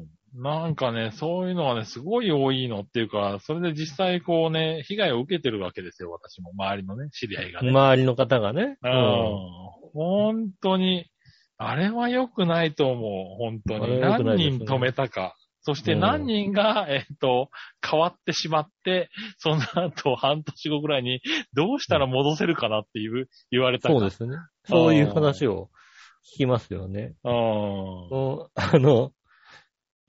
Speaker 3: うん。なんかね、そういうのがね、すごい多いのっていうか、それで実際こうね、被害を受けてるわけですよ、私も。周りのね、知り合いがね。
Speaker 2: 周りの方がね。
Speaker 3: うん。本当に、あれは良くないと思う、本当
Speaker 2: あれ
Speaker 3: に。
Speaker 2: は良くない
Speaker 3: 何
Speaker 2: ですね
Speaker 3: 人止めたか。そして何人が、えっと、変わってしまって、その後半年後ぐらいに、どうしたら戻せるかなっていう、言われたか
Speaker 2: そうですね。そういう話を聞きますよね。
Speaker 3: うん。
Speaker 2: うんあの、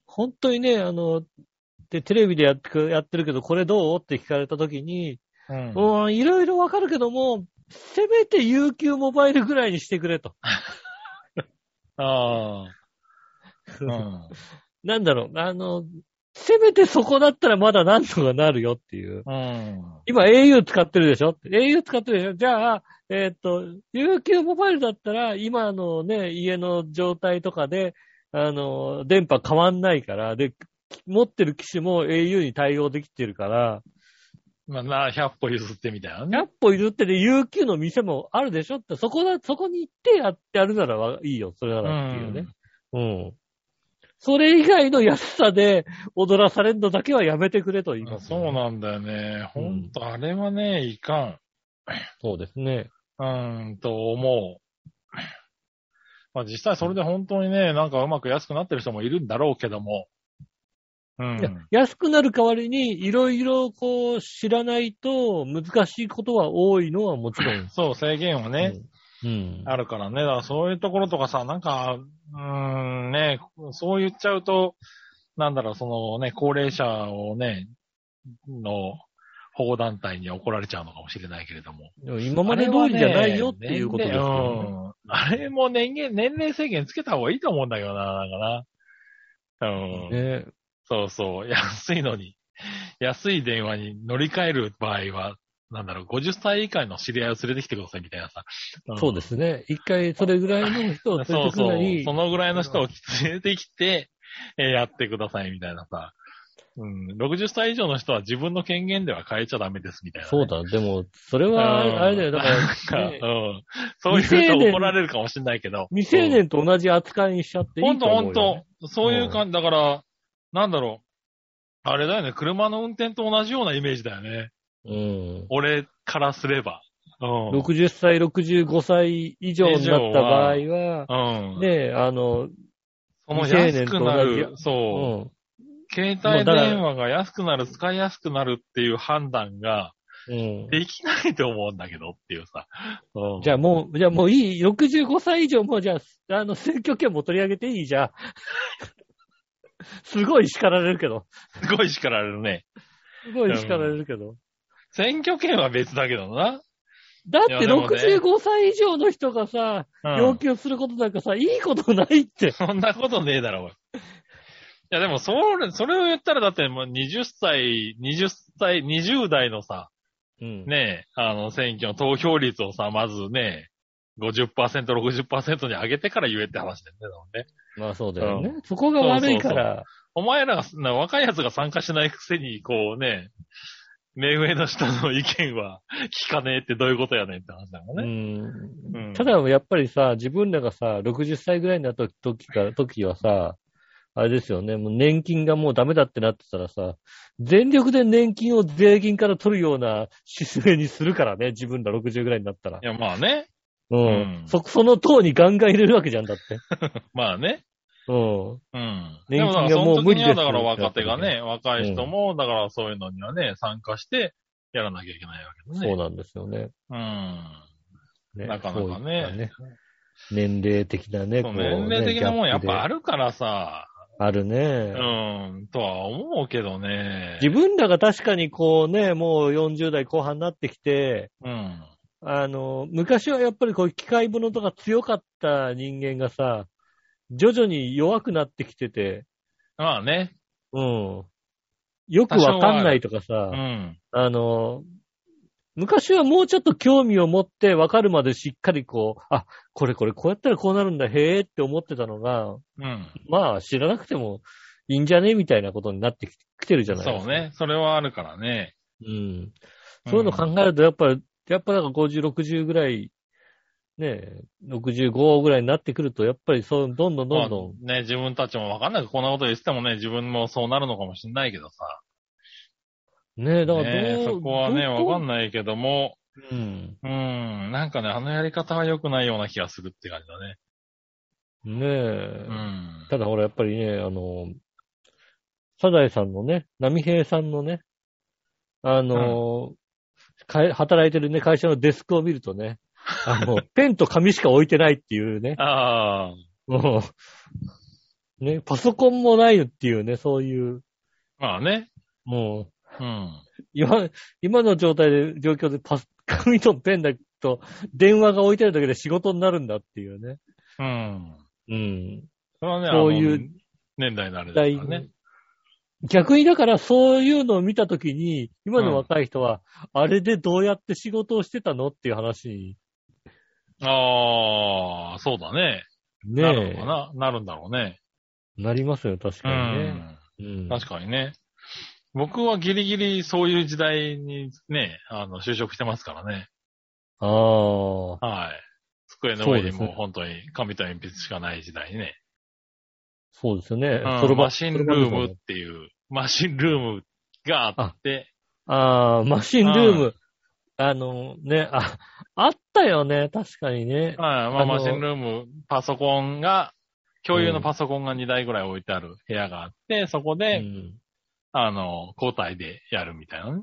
Speaker 2: 本当にね、あの、で、テレビでやってくやってるけど、これどうって聞かれたときに、
Speaker 3: うん
Speaker 2: うん、いろいろわかるけども、せめて UQ モバイルぐらいにしてくれと。
Speaker 3: あーうん。
Speaker 2: なんだろう、あの、せめてそこだったらまだなんとかなるよっていう。
Speaker 3: うん。
Speaker 2: 今 au 使ってるでしょ ?au 使ってるでしょじゃあ、えーっと、UQ モバイルだったら、今のね、家の状態とかで、あの、電波変わんないから、で、持ってる機種も au に対応できてるから、
Speaker 3: まあ、な、100歩譲ってみたいなね
Speaker 2: 100。歩譲ってで UQ の店もあるでしょって、そこだ、そこに行ってやってやるならはいいよ、それならっていうね。うん。それ以外の安さで踊らされるのだけはやめてくれと言います、
Speaker 3: そうなんだよね。ほんと、あれはね、いかん。
Speaker 2: そうですね。
Speaker 3: うーん、と思う。まあ実際それで本当にね、なんかうまく安くなってる人もいるんだろうけども。う
Speaker 2: いや
Speaker 3: ん。
Speaker 2: 安くなる代わりに、いろいろこう、知らないと難しいことは多いのはもちろん。
Speaker 3: そう、制限はね、
Speaker 2: うん。
Speaker 3: あるからね。だからそういうところとかさ、なんか、うーん、ね、そう言っちゃうと、なんだろう、そのね、高齢者をね、の保護団体に怒られちゃうのかもしれないけれども。
Speaker 2: でも今まで通りじゃないよっていうことですよね。
Speaker 3: よ、うん。あれも年齢年齢制限つけた方がいいと思うんだけどな、なんかな。うん。
Speaker 2: ね
Speaker 3: そうそう。安いのに、 安い電話に乗り換える場合は、なんだろう、50歳以下の知り合いを連れてきてくださいみたいなさ。ん
Speaker 2: そうですね。一回それぐらいの人を連
Speaker 3: そ
Speaker 2: れ
Speaker 3: う
Speaker 2: てく
Speaker 3: そ
Speaker 2: なり
Speaker 3: う。そ、のぐらいの人を連れてきて、えーやってくださいみたいなさ。うん、60歳以上の人は自分の権限では変えちゃダメですみたいなね、
Speaker 2: そうだ、でも、それ
Speaker 3: うん。
Speaker 2: は、あれだよ、だか
Speaker 3: な
Speaker 2: ら、
Speaker 3: ん
Speaker 2: ね
Speaker 3: かうん。そういうと怒られるかもしれないけど。
Speaker 2: 未成年と同じ扱いにしちゃってい
Speaker 3: ほん
Speaker 2: いと
Speaker 3: と
Speaker 2: 思う
Speaker 3: ほ
Speaker 2: よ、ね。
Speaker 3: んと。そういう感じ、だから、なんだろう。あれだよね、車の運転と同じようなイメージだよね。
Speaker 2: うん。
Speaker 3: 俺からすれば。うん。
Speaker 2: 60歳、65歳以上になった場合
Speaker 3: 以
Speaker 2: は、
Speaker 3: うん。
Speaker 2: ねえ、あの、
Speaker 3: その
Speaker 2: 未成
Speaker 3: 安
Speaker 2: 年と同
Speaker 3: く
Speaker 2: じ
Speaker 3: なる、
Speaker 2: う
Speaker 3: そう、
Speaker 2: ん。
Speaker 3: 携帯電話が安くなる、使いやすくなるっていう判断が
Speaker 2: うん。
Speaker 3: できないと思うんだけどっていうさ。うん
Speaker 2: じゃあもう、じゃあもういい、65歳以上もうじゃあ、あの、選挙権も取り上げていいじゃん。 すごい叱られるけど。
Speaker 3: すごい叱られるね。
Speaker 2: すごい叱られるけど。
Speaker 3: 選挙権は別だけどな。
Speaker 2: だって
Speaker 3: いやでもね
Speaker 2: 65歳以上の人がさ、
Speaker 3: うん
Speaker 2: 要求することなんかさ、いいことないって。
Speaker 3: そんなことねえだろ、おいいや、でも、それ、それを言ったら、だって、もう20歳、20歳、20代のさ、
Speaker 2: うん
Speaker 3: ねえ、あの、選挙の投票率をさ、まずね、50%、60%に上げてから言えって話だよねだもんね。
Speaker 2: まあそうだよね
Speaker 3: う。
Speaker 2: そこが悪いから。
Speaker 3: お前らが、な若い奴が参加しないくせに、こうね、目上の人の意見は聞かねえってどういうことやねんって話だもんね。
Speaker 2: うん
Speaker 3: うん
Speaker 2: ただやっぱりさ、自分らがさ、60歳ぐらいになった時か時はさ、あれですよね、もう年金がもうダメだってなってたらさ、全力で年金を税金から取るような姿勢にするからね、自分ら60ぐらいになったら
Speaker 3: い。や、まあね。
Speaker 2: うん。
Speaker 3: うん
Speaker 2: そ、その党にガンガン入れるわけじゃんだって。
Speaker 3: まあね。
Speaker 2: うん。
Speaker 3: うん。
Speaker 2: 年
Speaker 3: でも
Speaker 2: 金
Speaker 3: だから
Speaker 2: が
Speaker 3: そ
Speaker 2: もう
Speaker 3: の
Speaker 2: 無
Speaker 3: 時
Speaker 2: 理で
Speaker 3: に
Speaker 2: す
Speaker 3: はだから若手がね、若い人も、だからそういうのにはね、参加してやらなきゃいけないわけだね。
Speaker 2: そうなんですよね。
Speaker 3: う
Speaker 2: ね
Speaker 3: なかな
Speaker 2: そ
Speaker 3: かね
Speaker 2: ういった年齢的なね、
Speaker 3: ん。そう年齢的なもんやっぱあ
Speaker 2: る。
Speaker 3: るからさ、
Speaker 2: あるね
Speaker 3: う。ん、とは思うけどね。
Speaker 2: 自分らが確かにこうね、もう40代後半になってきて、
Speaker 3: うん。
Speaker 2: あの、昔はやっぱりこういう機械物とか強かった人間がさ、徐々に弱くなってきてて、
Speaker 3: まあね。
Speaker 2: うん。よくわかんないとかさ、
Speaker 3: うん。
Speaker 2: あの、昔はもうちょっと興味を持ってわかるまでしっかりこう、あ、これこれこうやったらこうなるんだ、へえって思ってたのが、
Speaker 3: うん。
Speaker 2: まあ知らなくてもいいんじゃねみたいなことになってききてるじゃないですか。
Speaker 3: そう。ね。それはあるからね。
Speaker 2: うん。そういうの考えるとやっぱり、やっぱなんか50、60ぐらい、ねえ、65ぐらいになってくると、やっぱりそう、どんどんどんどん、
Speaker 3: まあね、自分たちもわかんないこんなこと言っててもね、自分もそうなるのかもしれないけどさ。
Speaker 2: ねえ、だから
Speaker 3: ね
Speaker 2: どう、
Speaker 3: そこはね、わかん
Speaker 2: な
Speaker 3: ないけども、
Speaker 2: い。うん。
Speaker 3: うん、なんかね、あのやり方は良くないような気がするって感じだね。
Speaker 2: ねえ。
Speaker 3: うん。
Speaker 2: ただほら、やっぱりね、あの、サザエさんのね、波平さんのね、あの、かい働いてるね、会社のデスクを見るとね、あ の、ペンと紙しか置いてないっていうね、
Speaker 3: ああ、
Speaker 2: もう、ね、パソコンもないっていうね、そういう、
Speaker 3: まあね。
Speaker 2: もう、
Speaker 3: うん。
Speaker 2: 今、今の状態で、状況でパス、紙とペンだと、電話が置いてあるだけで仕事になるんだっていうね。
Speaker 3: うん。
Speaker 2: うん。
Speaker 3: それはね、
Speaker 2: そういう
Speaker 3: あの年代のあれだからね。
Speaker 2: 逆にだからそういうのを見たときに、今の若い人は、あれでどうやって仕事をしてたのっていう話に
Speaker 3: ああ、そうだね。
Speaker 2: ね
Speaker 3: なるのかななるんだろうね。
Speaker 2: なりますよ、確
Speaker 3: う
Speaker 2: かにね。
Speaker 3: ん。
Speaker 2: うん
Speaker 3: 確かにね。僕はギリギリそういう時代にね、あの、就職してますからね。
Speaker 2: ああ、
Speaker 3: はい。机の
Speaker 2: そ
Speaker 3: 上に
Speaker 2: うです
Speaker 3: も
Speaker 2: ね
Speaker 3: う本当に紙と鉛筆しかない時代にね。
Speaker 2: そうですよね。
Speaker 3: うん
Speaker 2: そろばん
Speaker 3: マシンルームっていう、マシンルームがあって、
Speaker 2: ああ、マシンルーム。あの、ね、あ、あったよね、確かにね。
Speaker 3: はい、ま
Speaker 2: あ
Speaker 3: あ、
Speaker 2: の
Speaker 3: マシンルーム、パソコンが、共有のパソコンが2台ぐらい置いてある部屋があって、そこ
Speaker 2: う
Speaker 3: で、
Speaker 2: ん
Speaker 3: あの、交代でやるみたいなね。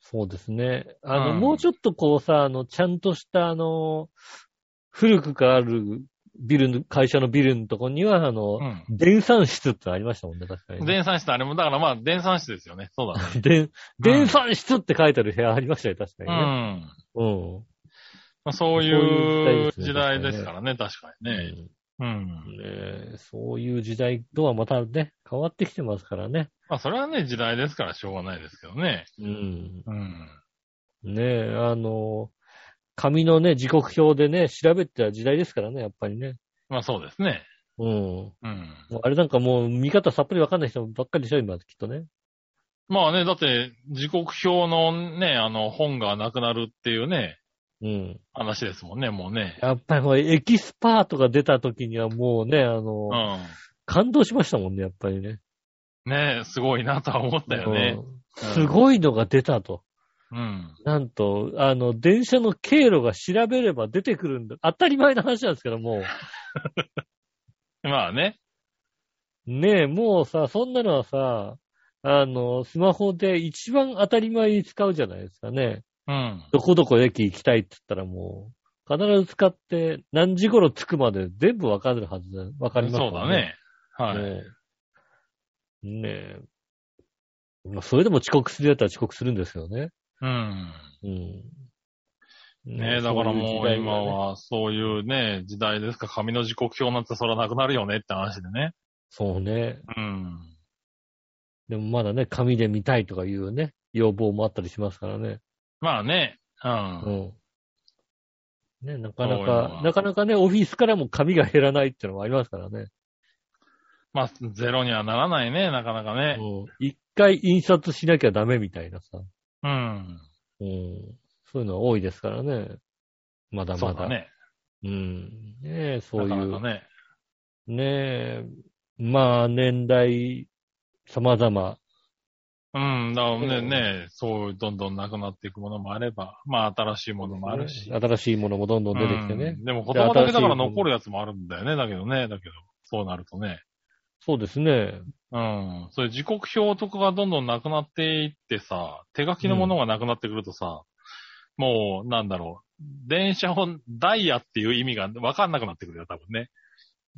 Speaker 2: そうですね。あの、
Speaker 3: うん
Speaker 2: もうちょっとこうさ、あの、ちゃんとした、あの、古くからあるビルの、会社のビルのとこには、あの、
Speaker 3: うん。
Speaker 2: 電算室ってありましたもんね、確かにね。
Speaker 3: 電算室、あれも、だからまあ、電算室ですよね。そうだね。
Speaker 2: 電、電算室って書いてある部屋ありましたよ、確か
Speaker 3: うん。
Speaker 2: にね。うん。
Speaker 3: まあ、そういう時代ですからね、確かにね。うん。
Speaker 2: ねえそういう時代とはまたね、変わってきてますからね。
Speaker 3: まあ、それはね、時代ですからしょうがないですけどね。
Speaker 2: うん。
Speaker 3: うん。
Speaker 2: ねえ、あの、紙のね、時刻表でね、調べてた時代ですからね、やっぱりね。
Speaker 3: まあ、そうですね。
Speaker 2: うん。
Speaker 3: うん。
Speaker 2: もうあれなんかもう見方さっぱりわかんない人ばっかりでしょ、今、きっとね。
Speaker 3: まあね、だって、時刻表のね、あの、本がなくなるっていうね、
Speaker 2: うん。
Speaker 3: 話ですもんね、もうね。
Speaker 2: やっぱりほら、エキスパートが出た時にはもうね、あの、
Speaker 3: う
Speaker 2: 感動しましたもんね、やっぱりね。
Speaker 3: ん。ねえ、すごいなとは思ったよね
Speaker 2: う。んすごいのが出たと。
Speaker 3: うん。
Speaker 2: なんと、あの、電車の経路が調べれば出てくるんだ。当たり前の話なんですけど、も
Speaker 3: まあね。
Speaker 2: う。ねえ、もうさ、そんなのはさ、あの、スマホで一番当たり前に使うじゃないですかね。
Speaker 3: うん。
Speaker 2: どこどこ駅行きたいって言ったらもう、必ず使って、何時頃着くまで全部わかるはずだ。わかります
Speaker 3: そう
Speaker 2: か
Speaker 3: だ
Speaker 2: ら
Speaker 3: ね。はい。
Speaker 2: ねえ。ねえ。まあ、それでも遅刻するやったら遅刻するんですけどね。
Speaker 3: うん。
Speaker 2: うん。
Speaker 3: ねえ、だからもう今はそういうね、時代ですか、紙の時刻表なんてそらなくなるよねって話でね。
Speaker 2: そういう時代がね。そうね。
Speaker 3: うん。
Speaker 2: でもまだね、紙で見たいとかいうね、要望もあったりしますからね。
Speaker 3: まあね、うん。
Speaker 2: うん。ね、なかな
Speaker 3: そういうの
Speaker 2: か
Speaker 3: は、
Speaker 2: なかなかね、オフィスからも紙が減らないっていうのもありますからね。
Speaker 3: まあ、ゼロにはならないね、なかなかね。
Speaker 2: うん。一回印刷しなきゃダメみたいなさ。
Speaker 3: うん。
Speaker 2: うん。そういうのは多いですからね。まだ
Speaker 3: そ
Speaker 2: ま
Speaker 3: う
Speaker 2: だ。
Speaker 3: だ。ね。
Speaker 2: うん。ねえ、そう
Speaker 3: ないか
Speaker 2: う。
Speaker 3: なかね。
Speaker 2: ねえ。まあ、年代、様々。
Speaker 3: うん、だからね、
Speaker 2: うん
Speaker 3: ね、そう、どんどんなくなっていくものもあれば、まあ、新しいものもあるし。
Speaker 2: 新しいものもどんどん出てきてね。
Speaker 3: うんでも、子供だけだから残るやつもあるんだよね、だけどね、だけど、そうなるとね。
Speaker 2: そうですね。
Speaker 3: うん。そういう時刻表とかがどんどんなくなっていってさ、手書きのものがなくなってくるとさ、もう、なんだろう。電車をダイヤっていう意味がわかんなくなってくるよ、多分ね。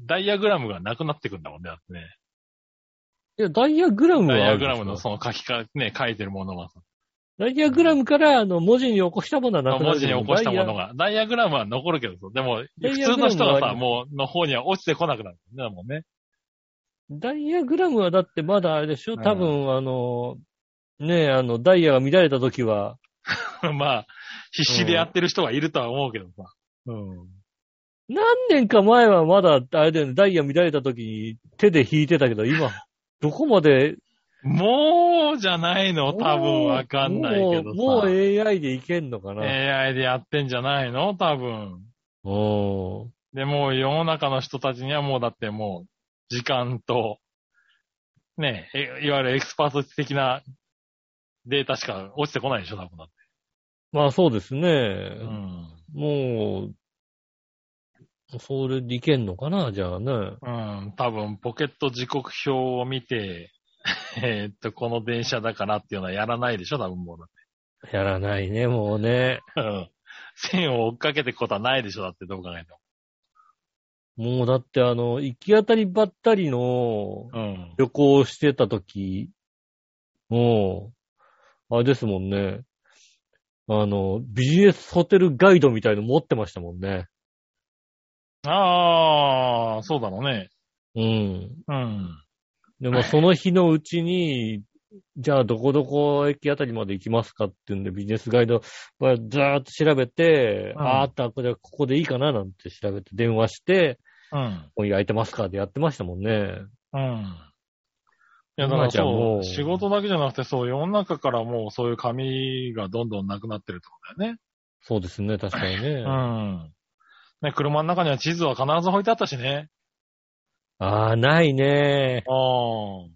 Speaker 3: ダイヤグラムがなくなってくるんだもんね、だってね。
Speaker 2: いや、ダイヤグラムは
Speaker 3: ダイ
Speaker 2: あ
Speaker 3: ヤ
Speaker 2: るで
Speaker 3: グ
Speaker 2: しょ
Speaker 3: ラムのその書きか、ね、書いてるものがさ、
Speaker 2: ダイヤグラムから、あの、文字に起こしたものはなくな
Speaker 3: 文
Speaker 2: るけ
Speaker 3: 字
Speaker 2: ど。
Speaker 3: に起こしたもの
Speaker 2: ダイヤ。
Speaker 3: が、ダイヤグラムは残るけどさ、でも、
Speaker 2: ダ
Speaker 3: 普
Speaker 2: イヤグラ
Speaker 3: 通
Speaker 2: ムは
Speaker 3: の人が
Speaker 2: あ
Speaker 3: さ、
Speaker 2: り
Speaker 3: もう、の方には落ちてこなくなるんだもんね。
Speaker 2: ダイヤグラムはだってまだあれでしょ
Speaker 3: ん
Speaker 2: 多分、あの、ねえ、あの、ダイヤが乱れた時は、
Speaker 3: まあ、必死でやってる人はいるとは思うけどさ。うん。
Speaker 2: 何年か前はまだ、あれだよね、ダイヤ乱れた時に手で引いてたけど、 今、どこまで、
Speaker 3: もうじゃないの多分わかんないけど
Speaker 2: もう、
Speaker 3: さ。
Speaker 2: もう AI でいけんのかな。
Speaker 3: AI でやってんじゃないの多分。
Speaker 2: うん。
Speaker 3: でもう世の中の人たちにはもうだってもう、時間と、ねえ、えいわゆるエクスパート的なデータしか落ちてこないでしょ、多分だって。
Speaker 2: まあそうですね。
Speaker 3: うん。
Speaker 2: もう、それでいけんのかな、じゃあね。
Speaker 3: うん、多分ポケット時刻表を見て、 えーっと、この電車だからっていうのはやらないでしょ、多分もうだっ
Speaker 2: やらないね、もうね。
Speaker 3: て。うん。線を追っかけていくことはないでしょ、だってどう考えて
Speaker 2: もうだってあの、行き当たりばったりの
Speaker 3: も。うん。
Speaker 2: 旅行をしてた時、もう、あれですもんね。あの、ビジネスホテルガイドみたいの持ってましたもんね。
Speaker 3: ああ、そうだろうね。
Speaker 2: うん。
Speaker 3: うん。
Speaker 2: でもその日のうちに、じゃあどこどこ駅あたりまで行きますかっていうんで、ビジネスガイド、まあざーっと調べて、
Speaker 3: うん
Speaker 2: あーあった、これはここでいいかななんて調べて電話して、
Speaker 3: うん。
Speaker 2: 今夜空いてますかでやってましたもんね。
Speaker 3: うん。いや、だから
Speaker 2: 今じゃも
Speaker 3: そうう、仕事だけじゃなくて、そう、世の中からもうそういう紙がどんどんなくなってるってことだよね。
Speaker 2: そうですね、確かにね。
Speaker 3: うん。ね、車の中には地図は必ず置いてあったしね。
Speaker 2: ああ、ないね。
Speaker 3: うん。
Speaker 2: も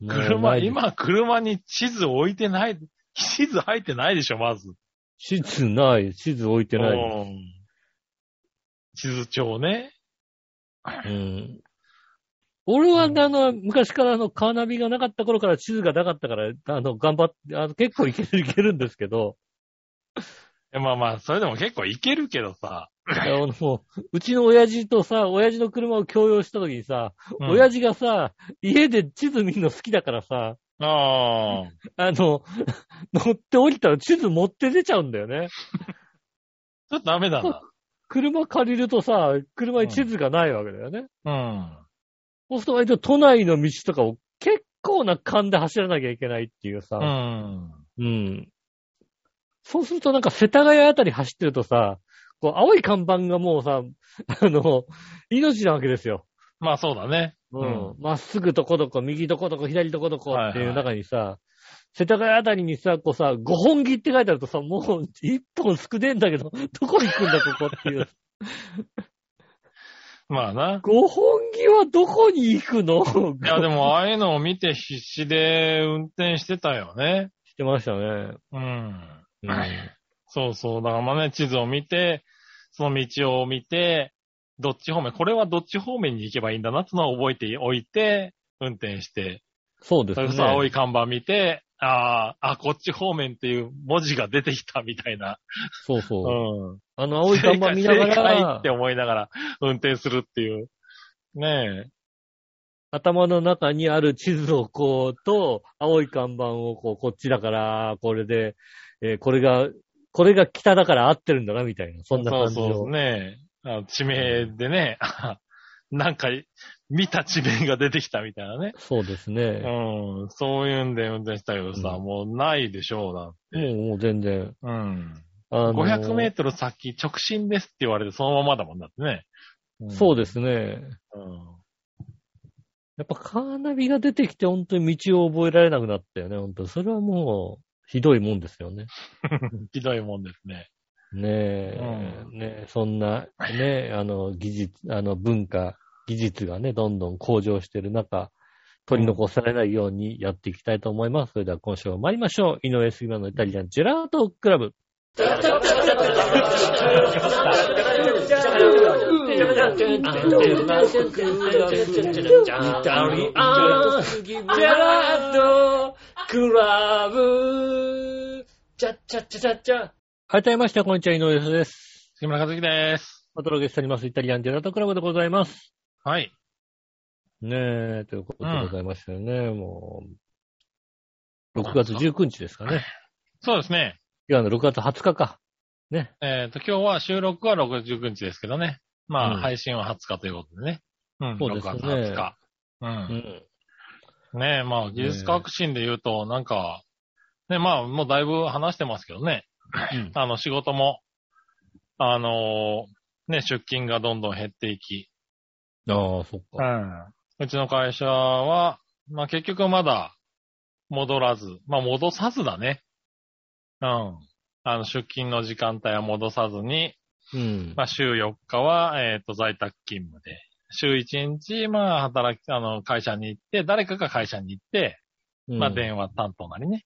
Speaker 2: うな
Speaker 3: 車、
Speaker 2: いです。
Speaker 3: 今、車に地図置いてない、地図入ってないでしょ、まず。
Speaker 2: 地図ない、地図置いてない。
Speaker 3: うん地図帳ね。
Speaker 2: うん。俺は、あの、昔からあの、カーナビがなかった頃から地図がなかったから、あの、頑張って、あの、結構いける、いけるんですけ ど、
Speaker 3: えまあまあ、それでも結構いけるけどさ。
Speaker 2: あの、もう、うちの親父とさ、親父の車を共用した時にさ、
Speaker 3: うん
Speaker 2: 親父がさ、家で地図見るの好きだからさ、
Speaker 3: ああ。
Speaker 2: あの、 乗って降りたら地図持って出ちゃうんだよね。
Speaker 3: ちょっとダメだな。
Speaker 2: 車借りるとさ、車に地図がないわけだよね。
Speaker 3: うん。
Speaker 2: そうすると割と都内の道とかを結構な勘で走らなきゃいけないっていう
Speaker 3: う
Speaker 2: さ、
Speaker 3: ん。
Speaker 2: うん。そうするとなんか世田谷あたり走ってるとさ、こう青い看板がもうさ、あの、命なわけですよ。
Speaker 3: まあそうだね。
Speaker 2: うん
Speaker 3: う。
Speaker 2: まっすぐどこどこ、右どこどこ、左どこどこっていう
Speaker 3: はいは
Speaker 2: 中にさ、世田谷あたりにさ、こうさ、5本木って書いてあるとさ、もう1本少ねえんだけど、どこ行くんだここって いう。
Speaker 3: まあな。
Speaker 2: 5本木はどこに行くの
Speaker 3: いや、でも、ああいうのを見て必死で運転してたよね。
Speaker 2: してましたね。
Speaker 3: うん。
Speaker 2: う
Speaker 3: は
Speaker 2: ん。
Speaker 3: そうそう。だからまあね、地図を見て、その道を見て、どっち方面、これはどっち方面に行けばいいんだなっていうのを覚えておいて、運転して、
Speaker 2: そうです
Speaker 3: そ
Speaker 2: ね。
Speaker 3: れこそ青い看板見て、ああ、あ、こっち方面っていう文字が出てきたみたいな。
Speaker 2: そうそう。
Speaker 3: うん。
Speaker 2: あの青い看板見なが
Speaker 3: 正解正解
Speaker 2: ら
Speaker 3: って、思いながら運転するっていう。ね
Speaker 2: 頭の中にある地図をこう、と、青い看板をこう、こっちだから、これで、えーこれが、これが北だから合ってるんだな、みたいな。そ
Speaker 3: え。
Speaker 2: んな感じ
Speaker 3: そうそう
Speaker 2: の。
Speaker 3: ねえ。あの地名でね、 なんか、見た地名が出てきたみたいなね。
Speaker 2: そうですね。
Speaker 3: うん、そういうんで運転したけどさ、
Speaker 2: うん
Speaker 3: もうないでしょうな。
Speaker 2: もう、もう全然。
Speaker 3: うん。
Speaker 2: あの
Speaker 3: 500メートル先直進ですって言われてそのままだもんだってね。
Speaker 2: そう
Speaker 3: で
Speaker 2: ですね。
Speaker 3: す。うん
Speaker 2: やっぱカーナビが出てきて、本当に道を覚えられなくなったよね、本当にそれはもう、ひどいもんですよね。
Speaker 3: ひどいもんですね。
Speaker 2: ねえ、
Speaker 3: う
Speaker 2: ねえ、そんな、ねえ、あの、技術、あの、文化、技術がね、どんどん向上してる中、取り残されないようにやっていきたいと思います。それでは今週も参りましょう。井上杉村のイタリアンジェラートクラブ。改めまして、こんにちは、井上杉です。
Speaker 3: 杉村和樹です。
Speaker 2: お届けしております。イタリアンジェラートクラブでございます。
Speaker 3: はい。
Speaker 2: ねえ、ということでございましたよね、もう。6月19日ですかね。
Speaker 3: そうですね。
Speaker 2: いや、あの、6月20日か。
Speaker 3: えっ、と、今日は収録は69日ですけどね。まあ、
Speaker 2: うん
Speaker 3: 配信は20日ということでね。うん、
Speaker 2: そうですね
Speaker 3: 6月20日。う。
Speaker 2: うんん。
Speaker 3: ねえ、まあ、技術革新で言うと、なんか、ね、まあ、もうだいぶ話してますけどね。 あの、仕事も、あのーね、出勤がどんどん減っていき、
Speaker 2: ああ、そっ
Speaker 3: う
Speaker 2: か。
Speaker 3: ん。うちの会社は、まあ結局まだ戻らず、まあ戻さずだね。うん。あの出勤の時間帯は戻さずに、
Speaker 2: うん。
Speaker 3: まあ週4日は、えっ、と在宅勤務で、週1日、まあ働き、あの会社に行って、誰かが会社に行って、まあ電話担当なりね。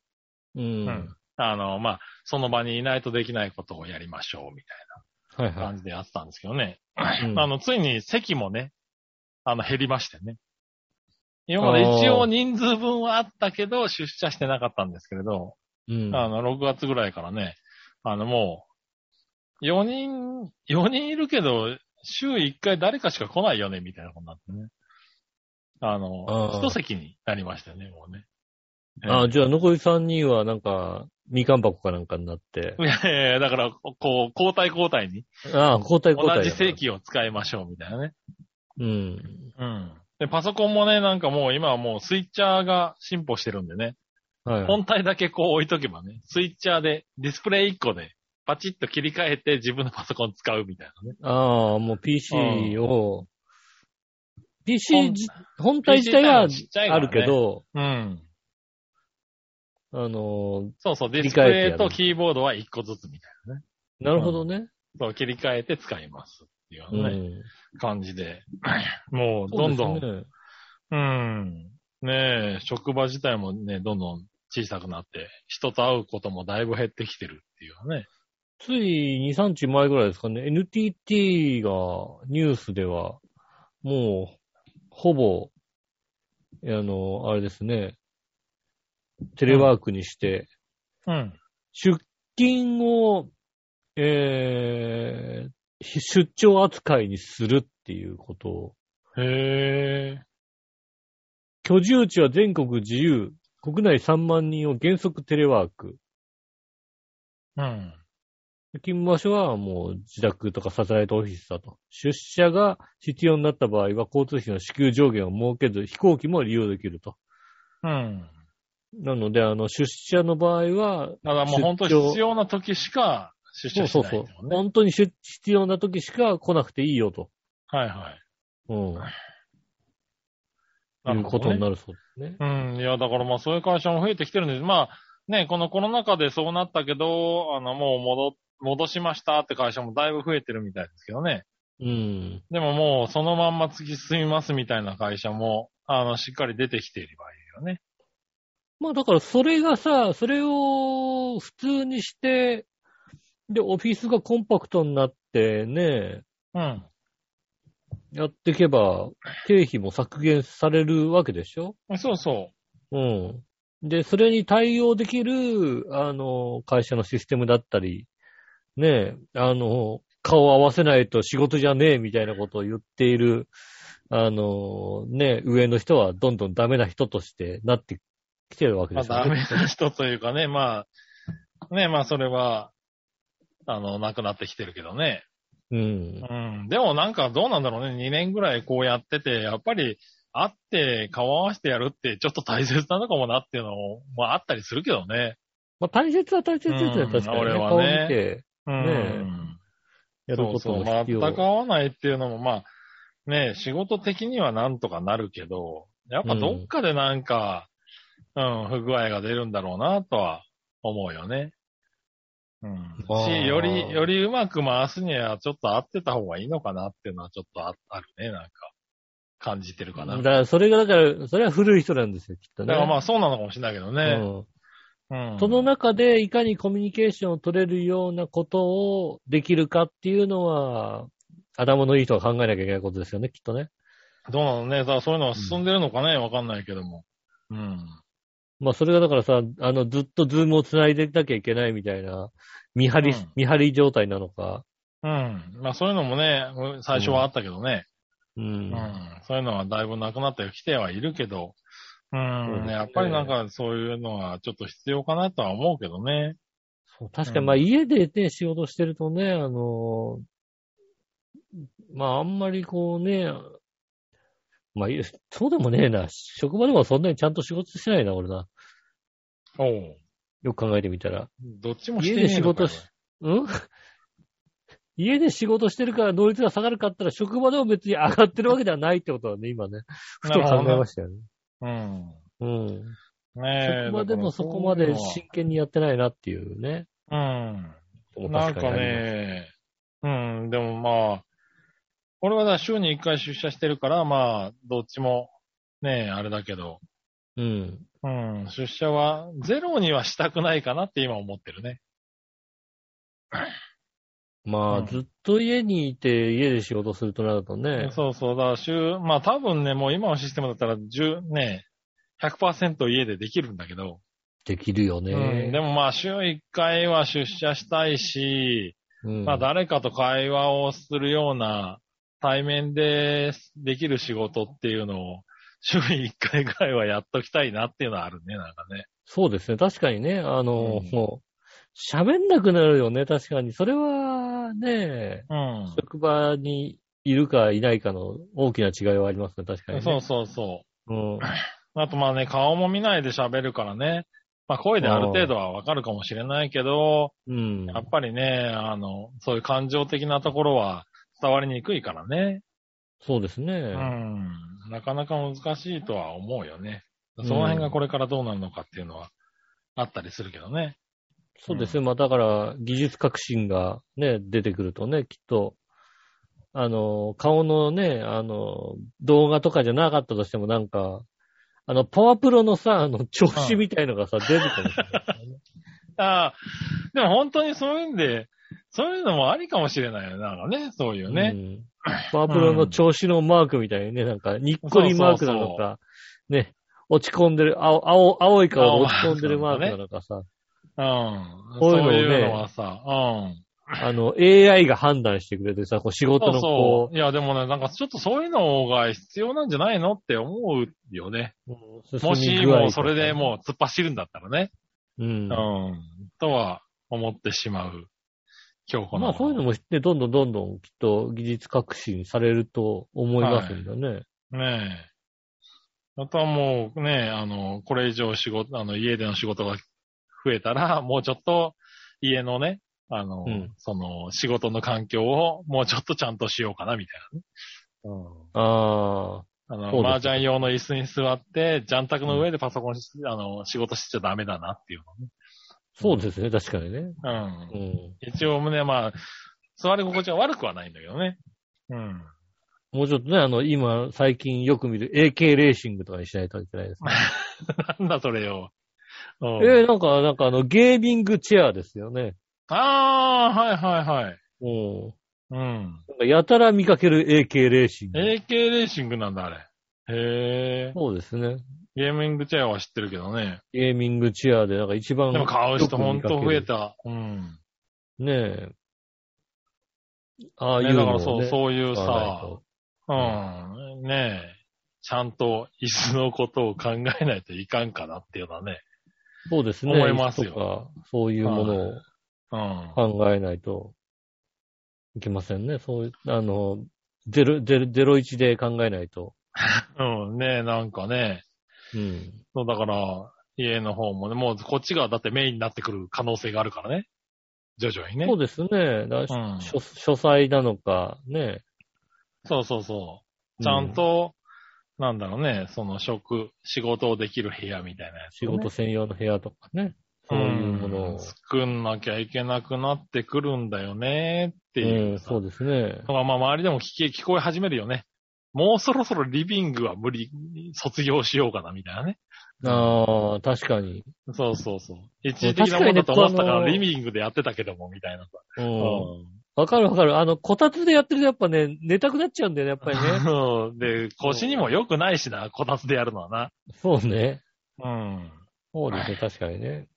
Speaker 2: う。
Speaker 3: うんあの、まあ、その場にいないとできないことをやりましょう、みたい
Speaker 2: はい
Speaker 3: な
Speaker 2: は
Speaker 3: 感じでやってたんですけどね。
Speaker 2: い。うん
Speaker 3: あの、ついに席もね、あの、減りましてね。今まで一応人数分はあったけど、出社してなかったんですけれど、
Speaker 2: うん。
Speaker 3: あの、6月ぐらいからね、あの、もう、4人、4人いるけど、週1回誰かしか来ないよね、みたいなことになってね。あ
Speaker 2: あー
Speaker 3: の、一席になりましたね、もうね。
Speaker 2: ああ、じゃあ残り3人はなんか、みかん箱かなんかになって。
Speaker 3: いやいやだから、こう、交代交代に、
Speaker 2: ああ、交代
Speaker 3: 同
Speaker 2: 交代。
Speaker 3: じ席を使いましょう、みたいなね。
Speaker 2: うん。
Speaker 3: うん。で、パソコンもね、なんかもう今はもうスイッチャーが進歩してるんでね。
Speaker 2: はい。
Speaker 3: 本体だけこう置いとけばね、スイッチャーで、ディスプレイ1個で、パチッと切り替えて自分のパソコン使うみたいなね。
Speaker 2: ああ、もう PC を、PC
Speaker 3: 本
Speaker 2: じ本体自体は
Speaker 3: PC 自体は
Speaker 2: あるけど、
Speaker 3: うん。
Speaker 2: あの
Speaker 3: そうそう、ディ
Speaker 2: り
Speaker 3: スプ
Speaker 2: 替えてやる
Speaker 3: レイとキーボードは1個ずつみたいなね。
Speaker 2: ー、なるほどね。
Speaker 3: そう、切り替えて使いますっていう
Speaker 2: う
Speaker 3: ようなね、
Speaker 2: ん。
Speaker 3: 感じで。 もう、どんどん
Speaker 2: そうですね
Speaker 3: うん。ねえ、職場自体もね、どんどん小さくなって、人と会うこともだいぶ減ってきてるっていうね。
Speaker 2: つい2、3日前ぐらいですかね、NTT がニュースでは、もう、ほぼ、あの、あれですね、テレワークにして、
Speaker 3: うん。
Speaker 2: 出勤を、えー、出張扱いにするっていうことを、
Speaker 3: へえ。
Speaker 2: 居住地は全国自由、国内3万人を原則テレワーク、
Speaker 3: うん。
Speaker 2: 勤務場所はもう自宅とかサテライトオフィスだと。出社が必要になった場合は交通費の支給上限を設けず飛行機も利用できると。
Speaker 3: うん。
Speaker 2: なので、あの、出社の場合は、
Speaker 3: だからもう本当に必要な時しか出
Speaker 2: そ
Speaker 3: 社
Speaker 2: う
Speaker 3: し
Speaker 2: そう
Speaker 3: ない
Speaker 2: そ
Speaker 3: ん
Speaker 2: う
Speaker 3: だもん。ね。
Speaker 2: 本当に出必要な時しか来なくていいよと。
Speaker 3: はいはい。
Speaker 2: うん。
Speaker 3: なる
Speaker 2: いう
Speaker 3: ほ
Speaker 2: こ
Speaker 3: ど
Speaker 2: と
Speaker 3: ね
Speaker 2: になるそうですね。
Speaker 3: うん、いや、だからまあそういう会社も増えてきてるんです。まあね、このコロナ禍でそうなったけど、あの、もう戻、戻しましたって会社もだいぶ増えてるみたいですけどね。
Speaker 2: うん。
Speaker 3: でももうそのまんま突き進みますみたいな会社も、あの、しっかり出てきていればいいよね。
Speaker 2: まあだからそれがさ、それを普通にして、で、オフィスがコンパクトになってね、
Speaker 3: うん。
Speaker 2: やっていけば、経費も削減されるわけでしょ
Speaker 3: そうそ
Speaker 2: うん。で、それに対応できる、あの、会社のシステムだったり、ねえ、あの、顔を合わせないと仕事じゃねえみたいなことを言っている、あの、ねえ、上の人はどんどんダメな人としてなってきてるわ
Speaker 3: う。
Speaker 2: け
Speaker 3: ま
Speaker 2: で
Speaker 3: あ、
Speaker 2: すよ
Speaker 3: ダ
Speaker 2: ね。
Speaker 3: メな人というかね、まあ、ね、まあそれは、あの、なくなってきてるけどね。
Speaker 2: うん。
Speaker 3: うん。でもなんかどうなんだろうね。2年ぐらいこうやってて、やっぱり会って顔合わせてやるってちょっと大切なのかもなっていうのも、まああったりするけどね。
Speaker 2: まあ、大切は大切ですよね、
Speaker 3: うん
Speaker 2: 確かに、ね。
Speaker 3: 俺はね
Speaker 2: 顔を見て
Speaker 3: うん。
Speaker 2: やる
Speaker 3: そ
Speaker 2: こ
Speaker 3: う
Speaker 2: と
Speaker 3: そ
Speaker 2: も
Speaker 3: う。全
Speaker 2: 必要。
Speaker 3: く会わないっていうのも、まあ、ね、仕事的にはなんとかなるけど、やっぱどっかでなんか、うん、不具合が出るんだろうなとは思うよね。うん。
Speaker 2: あー
Speaker 3: し、より、よりうまく回すにはちょっと合ってた方がいいのかなっていうのはちょっとああるね、なんか、感じてるかな。
Speaker 2: だから、それが、だから、それは古い人なんですよ、きっとね。
Speaker 3: だからまあそうなのかもしれないけど
Speaker 2: う
Speaker 3: ね。
Speaker 2: ん
Speaker 3: うん。
Speaker 2: その中でいかにコミュニケーションを取れるようなことをできるかっていうのは、頭のいい人が考えなきゃいけないことですよね、きっとね。
Speaker 3: どうなのね。だからそういうのは進んでるのかね、わ、かんないけども。うん。
Speaker 2: まあ、それがだからさ、あの、ずっとズームを繋いでなきゃいけないみたいな、見張り、
Speaker 3: うん
Speaker 2: 見張り状態なのか。
Speaker 3: うん。まあそういうのもね、うん最初はあったけどね。
Speaker 2: う
Speaker 3: うん。
Speaker 2: ん。
Speaker 3: そういうのはだいぶなくなってきてはいるけど。うん。
Speaker 2: そうですね
Speaker 3: やっぱりなんかそういうのはちょっと必要かなとは思うけどね。
Speaker 2: そう確かに、まあ、
Speaker 3: うん
Speaker 2: 家でね、仕事してるとね、あの、まあ、あんまりこうね、まあ、いそうでもねえな。職場でもそんなにちゃんと仕事してないな、俺な。
Speaker 3: おう。
Speaker 2: よく考えてみたら。
Speaker 3: どっちもして
Speaker 2: 家
Speaker 3: ねえ
Speaker 2: で仕
Speaker 3: のか
Speaker 2: 事し、うん 家で仕事してるから能率が下がるかったら職場でも別に上がってるわけではないってことだね、今ね。ふ
Speaker 3: な
Speaker 2: と
Speaker 3: るほ
Speaker 2: 考
Speaker 3: どね
Speaker 2: えましたよね。
Speaker 3: う
Speaker 2: う
Speaker 3: ん。
Speaker 2: ん。
Speaker 3: ねえ。
Speaker 2: 職場でもそこま
Speaker 3: だか
Speaker 2: で
Speaker 3: らそうい
Speaker 2: 真剣にやってないなっていうね。
Speaker 3: うのはうん。なん
Speaker 2: 確
Speaker 3: か
Speaker 2: にあります。
Speaker 3: ね、うん、でもまあ、俺はだから週に1回出社してるから、まあ、どっちも、ねあれだけど、
Speaker 2: うん。
Speaker 3: うん、出社はゼロにはしたくないかなって今思ってるね。
Speaker 2: まあ、
Speaker 3: うん
Speaker 2: ずっと家にいて家で仕事するとなるとね。
Speaker 3: そうそう、だから週、まあ多分ね、もう今のシステムだったら10、ね100%家でできるんだけど、
Speaker 2: できるよ
Speaker 3: うん、で
Speaker 2: ね。
Speaker 3: もまあ週1回は出社したいし、
Speaker 2: うん
Speaker 3: まあ誰かと会話をするような対面でできる仕事っていうのを週に1回ぐらいはやっときたいなっていうのはあるね、なんかね。
Speaker 2: そうですね。確かにね。あの、
Speaker 3: うん
Speaker 2: もう、喋んなくなるよね。確かに。それは、ね、
Speaker 3: う
Speaker 2: 職場にいるかいないかの大きな違いはありますね、確かに、ね。
Speaker 3: そうそうそ
Speaker 2: うん。
Speaker 3: う。あとまあね、顔も見ないで喋るからね。まあ声である程度はわかるかもしれないけど、
Speaker 2: うん。
Speaker 3: やっぱりね、あの、そういう感情的なところは伝わりにくいからね。
Speaker 2: そうですね。
Speaker 3: うん。なかなか難しいとは思うよね。その辺がこれからどうなるのかっていうのはあったりするけどね。
Speaker 2: そうですね。まあだから、技術革新がね、出てくるとね、きっと、あの、顔のね、あの、動画とかじゃなかったとしてもなんか、あの、パワプロのさ、あの、調子みたいのがさ、出るかもしれない。
Speaker 3: ああ、でも本当にそういうんで、そういうのもありかもしれないよね。なんかね、そういう
Speaker 2: う
Speaker 3: ね。
Speaker 2: ん。パワープロの調子のマークみたいにね、なんか、にっこりマークな
Speaker 3: そ
Speaker 2: の
Speaker 3: うそ
Speaker 2: か、ね、落ち込んでる、青、青、青い顔で落ち込んでるマークなのかさ、
Speaker 3: うん。
Speaker 2: こ
Speaker 3: そ
Speaker 2: い
Speaker 3: うう
Speaker 2: うのをね
Speaker 3: いうのはさ、うん。
Speaker 2: あの、AI が判断してくれてさ、こう仕事
Speaker 3: そう
Speaker 2: の
Speaker 3: そ
Speaker 2: こ
Speaker 3: う。いや、でもね、なんかちょっとそういうのが必要なんじゃないのって思うよね。
Speaker 2: う、
Speaker 3: も
Speaker 2: 進
Speaker 3: し、
Speaker 2: み具合と
Speaker 3: も
Speaker 2: か
Speaker 3: うそれでもう突っ走るんだったらね。
Speaker 2: う、ん。
Speaker 3: うん。とは思ってしまう。今日この。
Speaker 2: まあそういうのも知って、どんどんどんどんきっと技術革新されると思いますんでね。
Speaker 3: ねえ。あとはもうね、あの、これ以上仕事、あの、家での仕事が増えたら、 もうちょっと家のね、あの、
Speaker 2: うん
Speaker 3: その、仕事の環境をもうちょっとちゃんとしようかな、みたいなね。
Speaker 2: ああ。
Speaker 3: あ
Speaker 2: そうです
Speaker 3: の、麻雀用の椅子に座って、ジャン卓の上でパソコンし、あの、仕事しちゃダメだなっていう
Speaker 2: そうですね、確かにね。
Speaker 3: のね。
Speaker 2: う
Speaker 3: うん。
Speaker 2: ん。
Speaker 3: 一応ね、まあ、座り心地は悪くはないんだけどね。うん。
Speaker 2: もうちょっとね、あの、今、最近よく見る AK レーシングとかにしないといけないですね。
Speaker 3: なんだそれよ。うん
Speaker 2: えー、なんか、なんかあの、ゲーミングチェアですよね。
Speaker 3: ああ、はいはいはい。
Speaker 2: うん。
Speaker 3: うん。
Speaker 2: なんかやたら見かける AK レーシング。
Speaker 3: AK レーシングなんだ、あれ。へえ。
Speaker 2: そうですね。
Speaker 3: ゲーミングチェアは知ってるけどね。
Speaker 2: ゲーミングチェアで、なんか一番。
Speaker 3: でも買う人ほんと増え
Speaker 2: よく見か
Speaker 3: た。うん。
Speaker 2: ける。ねえ。ああい
Speaker 3: ね、
Speaker 2: う
Speaker 3: だ
Speaker 2: の
Speaker 3: か
Speaker 2: を、
Speaker 3: ら
Speaker 2: ね。
Speaker 3: そう、そういう
Speaker 2: 買わない
Speaker 3: さ、
Speaker 2: と
Speaker 3: うん。ねえ。ちゃんと椅子のことを考えないといかんかなっていうのはね。
Speaker 2: そうですね。
Speaker 3: 思いますよ
Speaker 2: とか、そういうものを
Speaker 3: うん。
Speaker 2: 考えないといけませんね。そういう、あの、ゼロ、ゼロ、ゼロ一で考えないと。
Speaker 3: うん。ねえ、なんかね。
Speaker 2: うん。
Speaker 3: そう、だから、家の方もね、もうこっちがだってメインになってくる可能性があるからね。徐々にね。
Speaker 2: そうですね。だ
Speaker 3: う
Speaker 2: 書
Speaker 3: ん
Speaker 2: 書斎なのか、ね。
Speaker 3: そうそうそう。ちゃん
Speaker 2: う
Speaker 3: と、なんだろうね、その職、仕事をできる部屋みたいなやつ、
Speaker 2: 仕事専用の部屋とかね。そういうもの
Speaker 3: ん
Speaker 2: を。
Speaker 3: 作んなきゃいけなくなってくるんだよね、っていううんさ。
Speaker 2: そうですね。
Speaker 3: まあまあ周りでも聞け、聞こえ始めるよね。もうそろそろリビングは無理、卒業しようかな、みたいなね。
Speaker 2: ああ、確かに。
Speaker 3: そうそうそう。一時的なものだと思ってたか
Speaker 2: 確か
Speaker 3: ら、
Speaker 2: にね
Speaker 3: リビングでやってたけども、みたいなさ。
Speaker 2: うん。わかるわかる。あの、こたつでやってるとやっぱね、寝たくなっちゃうんだよね、やっぱりね。
Speaker 3: うんで、腰にも良くないしな、こたつでやるのはな。
Speaker 2: そうね。
Speaker 3: うん。
Speaker 2: そうですね、確かにね。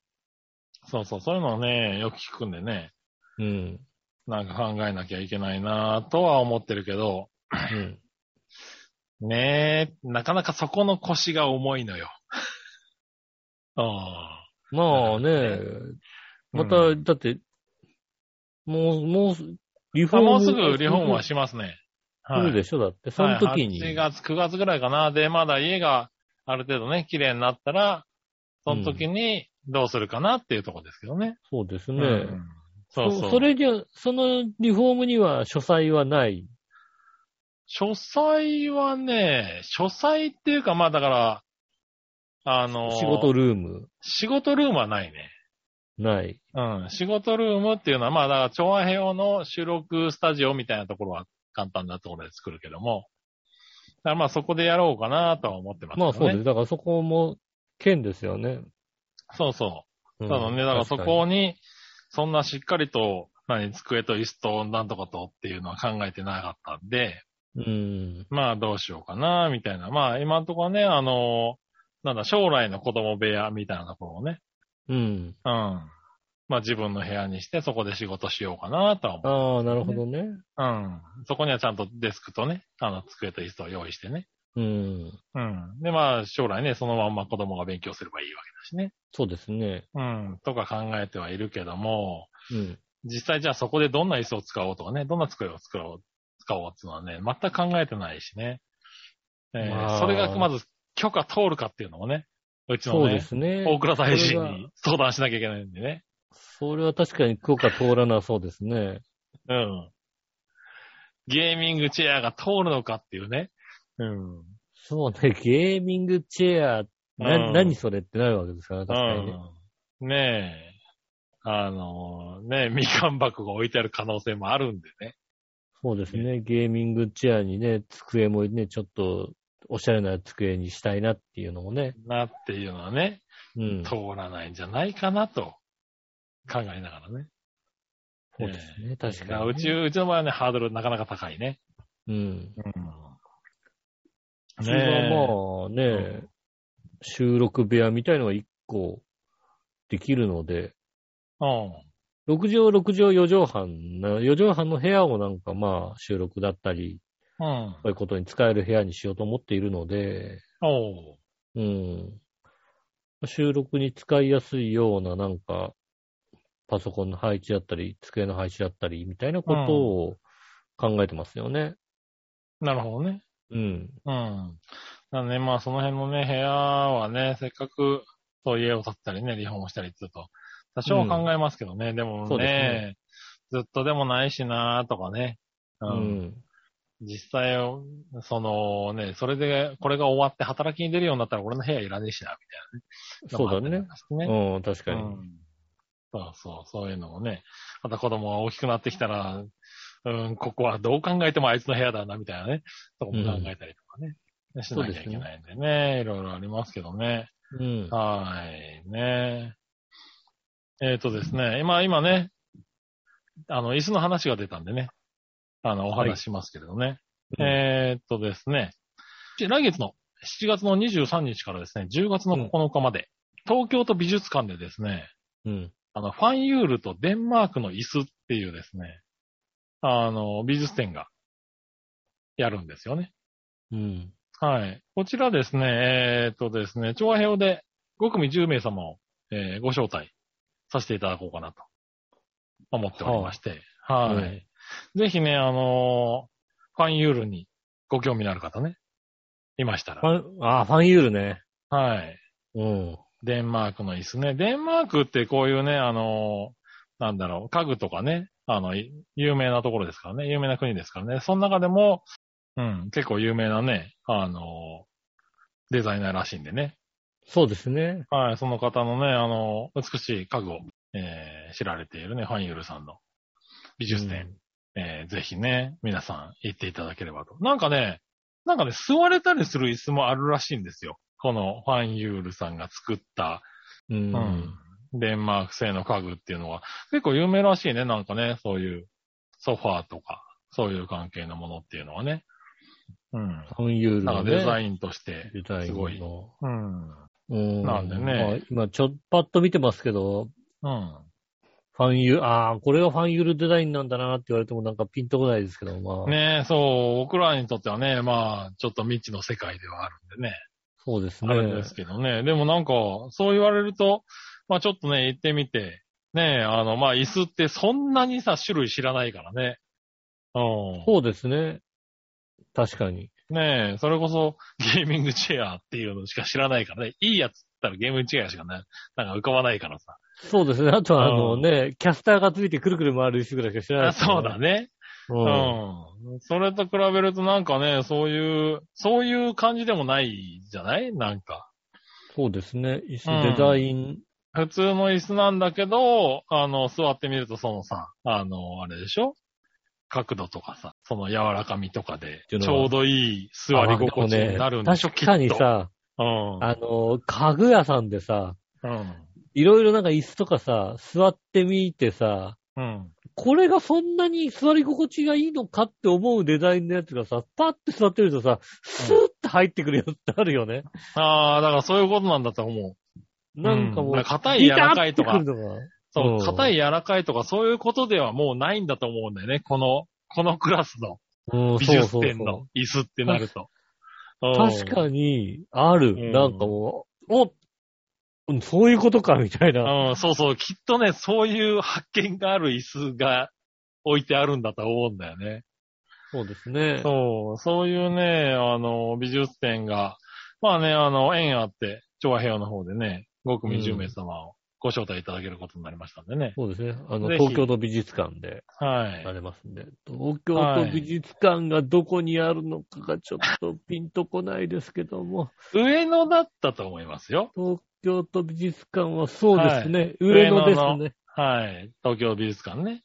Speaker 3: そうそう、そういうのをね、よく聞くんでね。
Speaker 2: うん。
Speaker 3: なんか考えなきゃいけないなぁとは思ってるけど、
Speaker 2: うん。
Speaker 3: ねえ、なかなかそこの腰が重い のよ。あ
Speaker 2: まあね、また、
Speaker 3: う
Speaker 2: だって、もう、もう、リフ
Speaker 3: あ。
Speaker 2: ォーム。
Speaker 3: もうすぐリフォームはしますね。
Speaker 2: するでしょ、だって。その時に。
Speaker 3: はい8月、9月ぐらいかな。で、まだ家がある程度ね、綺麗になったら、その時にどうするかなっていうところですけどね。
Speaker 2: そうですね。
Speaker 3: うんそうそう。
Speaker 2: それじゃ、そのリフォームには書斎はない。
Speaker 3: 書斎はね、書斎っていうか、まあだから、あのー
Speaker 2: 仕事ルーム
Speaker 3: 仕事ルームはないね。
Speaker 2: ない。
Speaker 3: うん。仕事ルームっていうのは、まあ、だから、調和平和の収録スタジオみたいなところは簡単なところで作るけども、だからまあ、そこでやろうかなとは思ってますけど
Speaker 2: まあ
Speaker 3: ね。
Speaker 2: そうです。だからそこも、県ですよね。
Speaker 3: そうそ。
Speaker 2: そう
Speaker 3: ただね、だからそこに、そんなしっかりと、何、机と椅子となんとかとっていうのは考えてなかったんで、
Speaker 2: うん。
Speaker 3: まあ、どうしようかな、みたいな。まあ、今のところね、あの、なんだ、将来の子供部屋みたいなところをね、
Speaker 2: うん。
Speaker 3: うん。まあ、自分の部屋にして、そこで仕事しようかなとは思って
Speaker 2: ああ、なるほどね。
Speaker 3: うん。そこにはちゃんとデスクとね、あの、机と椅子を用意してね。
Speaker 2: うん。
Speaker 3: うん。で、まあ、将来ね、そのまんま子供が勉強すればいいわけだしね。
Speaker 2: そうですね。
Speaker 3: うん。とか考えてはいるけども、
Speaker 2: うん。
Speaker 3: 実際じゃあそこでどんな椅子を使おうとかね、どんな机を使おう、使おうっていうのはね、全く考えてないしね。えー
Speaker 2: まあ
Speaker 3: それがまず許可通るかっていうのもね、うち
Speaker 2: そ
Speaker 3: の
Speaker 2: うで
Speaker 3: ね、
Speaker 2: すね。
Speaker 3: 大倉大臣
Speaker 2: それは
Speaker 3: に相談しなきゃいけないんでね。
Speaker 2: それは確かに許可通らなそうですね。
Speaker 3: うん。ゲーミングチェアが通るのかっていうね。うん。
Speaker 2: そうね、 ゲーミングチェア、な、
Speaker 3: うん
Speaker 2: 何それってなるわけですからね、確かにね。
Speaker 3: うんねえ。あの、ねえ、みかん箱が置いてある可能性もあるんでね。
Speaker 2: そうですね、ゲーミングチェアにね、机もね、ちょっと、おしゃれな机にしたいなっていうのもね。
Speaker 3: なっていうのはね、
Speaker 2: うん。そ
Speaker 3: 通らないんじゃないかなと考えながらね。
Speaker 2: うですね、確か
Speaker 3: だ
Speaker 2: にね、
Speaker 3: からうち、うちの場合はね、ハードルなかなか高いね。
Speaker 2: うん。う
Speaker 3: ね
Speaker 2: ち
Speaker 3: え。
Speaker 2: はまあね、収録部屋みたいのが1個できるので、6畳、6畳、4畳半な、4畳半の部屋をなんかまあ収録だったり、
Speaker 3: うん。うん
Speaker 2: そう。いうことに使える部屋にしようと思っているので、
Speaker 3: おう。
Speaker 2: うん。収録に使いやすいようななんか、パソコンの配置だったり、机の配置だったり、みたいなことを考えてますよね。
Speaker 3: なるほどね。
Speaker 2: うん。
Speaker 3: うん。だからね、まあその辺のね、部屋はね、せっかく、そう家を建てたりね、リフォームしたりすると、多少は考えますけどね、でも
Speaker 2: そう
Speaker 3: ね
Speaker 2: ですね
Speaker 3: ずっとでもないしなーとかね、う。
Speaker 2: うんん。
Speaker 3: 実際、そのね、それで、これが終わって働きに出るようになったら俺の部屋いらねえしな、みたいな、
Speaker 2: そうだね。。
Speaker 3: ね。
Speaker 2: うん、確か
Speaker 3: う
Speaker 2: に。
Speaker 3: ん。そうそう、そういうのもね。また子供が大きくなってきたら、うん、ここはどう考えてもあいつの部屋だな、みたいなね。そこも考えたりとかね。しなきゃいけないんでね。いろいろありますけどね。
Speaker 2: うん。
Speaker 3: はい、ね。えっ、とですね、今、今ね、あの、椅子の話が出たんでね、あの、お話ししますけれどね。
Speaker 2: うん
Speaker 3: えっ、とですね、ち来月の7月の23日からですね、10月の9日まで、東京都美術館でですね、
Speaker 2: うん。
Speaker 3: あの、ファンユールとデンマークの椅子っていうですね、あの、美術展がやるんですよね。
Speaker 2: うん。
Speaker 3: はい。こちらですね、えーっとですね、調和表で5組10名様を、えーご招待させていただこうかなと思っておりまして、はい。
Speaker 2: はい
Speaker 3: ぜひね、あのーファンユールにご興味のある方ね、いました
Speaker 2: フ
Speaker 3: ら、
Speaker 2: ァン、あー、ファンユールね。
Speaker 3: はい。
Speaker 2: うん。
Speaker 3: デンマークの椅子ね。デンマークってこういうね、あのーなんだろう、家具とかね、あの、い有名なところですからね、有名な国ですからね。その中でも、うん、結構有名なね、あのーデザイナーらしいんでね。
Speaker 2: そうですね。
Speaker 3: はい、その方のね、あのー美しい家具を、えー知られているね、ファンユールさんの美術展、えーぜひね、皆さん行っていただければと。なんかね、なんかね、座れたりする椅子もあるらしいんですよ。このファンユールさんが作った
Speaker 2: うん。うん。
Speaker 3: デンマーク製の家具っていうのは、結構有名らしいね、なんかね、そういうソファーとか、そういう関係のものっていうのはね。うん。
Speaker 2: ファンユール
Speaker 3: な
Speaker 2: の
Speaker 3: んか
Speaker 2: ね。
Speaker 3: デザインとして、
Speaker 2: デザインの。
Speaker 3: すごいうん。うん。
Speaker 2: うん。
Speaker 3: なんでね
Speaker 2: まあ今、ちょっぱっと見てますけど、
Speaker 3: ま
Speaker 2: ファンユー、ああ、これがファンユールデザインなんだなって言われてもなんかピンとこないですけど、ま
Speaker 3: あ
Speaker 2: あ。
Speaker 3: ねえ、そう、僕らにとってはね、まあ、ちょっと未知の世界ではあるんでね。
Speaker 2: そうですね。
Speaker 3: あれですけどね。でもなんか、そう言われると、まあちょっとね、行ってみて、ねえ、あの、まあ椅子ってそんなにさ、種類知らないからね。うん。
Speaker 2: そうですね。確かに。
Speaker 3: ねえ、それこそゲーミングチェアっていうのしか知らないからね。いいやつったらゲーミングチェアしかね、なんか浮かばないからさ。
Speaker 2: そうですね。あとはあの
Speaker 3: うん
Speaker 2: ね、キャスターがついてくるくる回る椅子ぐらいしか知らない、
Speaker 3: あそうだ。ね。
Speaker 2: う。
Speaker 3: うんん。それと比べるとなんかね、そういう、そういう感じでもないじゃないなんか。
Speaker 2: そうですね。椅
Speaker 3: う
Speaker 2: 子
Speaker 3: ん
Speaker 2: デザイン。
Speaker 3: 普通の椅子なんだけど、あの、座ってみるとそのさ、あの、あれでしょ角度とかさ、その柔らかみとかで、
Speaker 2: ていう
Speaker 3: ち
Speaker 2: のは
Speaker 3: ょうどいい座り心地になるんでしょ、
Speaker 2: 確かに
Speaker 3: きっと。
Speaker 2: さ、
Speaker 3: うん。
Speaker 2: あの、家具屋さんでさ、
Speaker 3: うん。
Speaker 2: いろいろなんか椅子とかさ、座ってみてさ、
Speaker 3: うん。
Speaker 2: これがそんなに座り心地がいいのかって思うデザインのやつがさ、パッて座ってるとさ、スーッて入ってくるやつってあるよね。
Speaker 3: ああ、だからそういうことなんだと思う。
Speaker 2: なんかも
Speaker 3: うん
Speaker 2: う、
Speaker 3: 硬い柔らかいとか
Speaker 2: ビタッてくるのが
Speaker 3: そうう、
Speaker 2: ん
Speaker 3: 硬い柔らかいとかそういうことではもうないんだと思うんだよね。この、このクラスの
Speaker 2: うん、
Speaker 3: 美
Speaker 2: そう
Speaker 3: 術
Speaker 2: そう
Speaker 3: 展
Speaker 2: そう
Speaker 3: の椅子ってなると。
Speaker 2: 確かに、ある。
Speaker 3: うん
Speaker 2: なんかもう、おうんそういうことか、みたいな。
Speaker 3: に。うん、そうそう、きっとね、そういう発見がある椅子が置いてあるんだと思うんだよね。
Speaker 2: そうですね。
Speaker 3: そう、そういうね、あの、美術展が、まあね、あの、縁あって、調和平和の方でね、5組10名様をご招待いただけることになりましたんでね。
Speaker 2: そうですね。あの、
Speaker 3: ぜひ
Speaker 2: 東京都美術館で
Speaker 3: はい
Speaker 2: や。れますんで。東京都美術館がどこにあるのかがちょっとピンとこないですけども、
Speaker 3: 上野だったと思いますよ。
Speaker 2: 東京都美術館はそうですね。上
Speaker 3: 上
Speaker 2: 野
Speaker 3: 野
Speaker 2: です
Speaker 3: の
Speaker 2: ね。
Speaker 3: はい。東京美術館ね。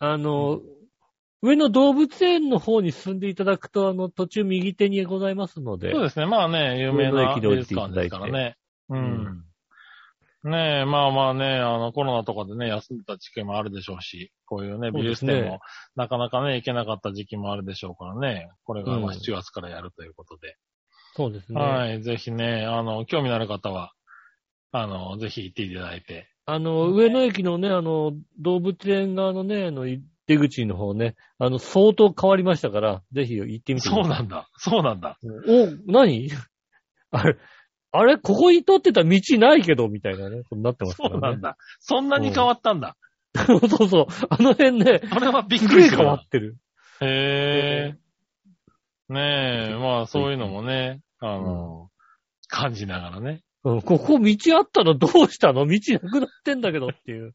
Speaker 2: あの、上野動物園の方に進んでいただくと、あの、途中右手にございますので
Speaker 3: そう、ですね。まあね、有名な
Speaker 2: 上野駅で降
Speaker 3: 美
Speaker 2: りて
Speaker 3: 術
Speaker 2: いた
Speaker 3: 館
Speaker 2: だ
Speaker 3: で
Speaker 2: い
Speaker 3: す
Speaker 2: て
Speaker 3: からね。う
Speaker 2: うん
Speaker 3: ん。ねえ、まあまあね、あの、コロナとかでね、休んでた時期もあるでしょうし、こういうね、
Speaker 2: そう
Speaker 3: 美
Speaker 2: で
Speaker 3: 術
Speaker 2: すね
Speaker 3: 展も、なかなかね、行けなかった時期もあるでしょうからね、これが
Speaker 2: うん
Speaker 3: まあ7月からやるということで。
Speaker 2: そうですね。
Speaker 3: はい、ぜひね、あの、興味のある方は、あの、ぜひ行っていただいて。
Speaker 2: あの、上野駅のね、あの、動物園側のね、あの、い出口の方ね、あの、相当変わりましたから、ぜひ行ってみてく
Speaker 3: そ
Speaker 2: だ
Speaker 3: う
Speaker 2: さい。
Speaker 3: なんだ、そうなんだ。
Speaker 2: お、何 あれ、あれ、ここに通ってた道ないけど、みたいなね、ことになってますか
Speaker 3: そ
Speaker 2: ら
Speaker 3: うなん
Speaker 2: ね。
Speaker 3: だ。そんなに変わったんだ。
Speaker 2: そうそうそう。あの辺ね、
Speaker 3: それはびっ
Speaker 2: す
Speaker 3: く
Speaker 2: げ
Speaker 3: り
Speaker 2: え
Speaker 3: した
Speaker 2: 変わ
Speaker 3: な。
Speaker 2: ってる。
Speaker 3: へえ。ねえ、まあそういうのもね、あの、感じながらね。
Speaker 2: うん、ここ道あったのどうしたの道なくなってんだけどっていう。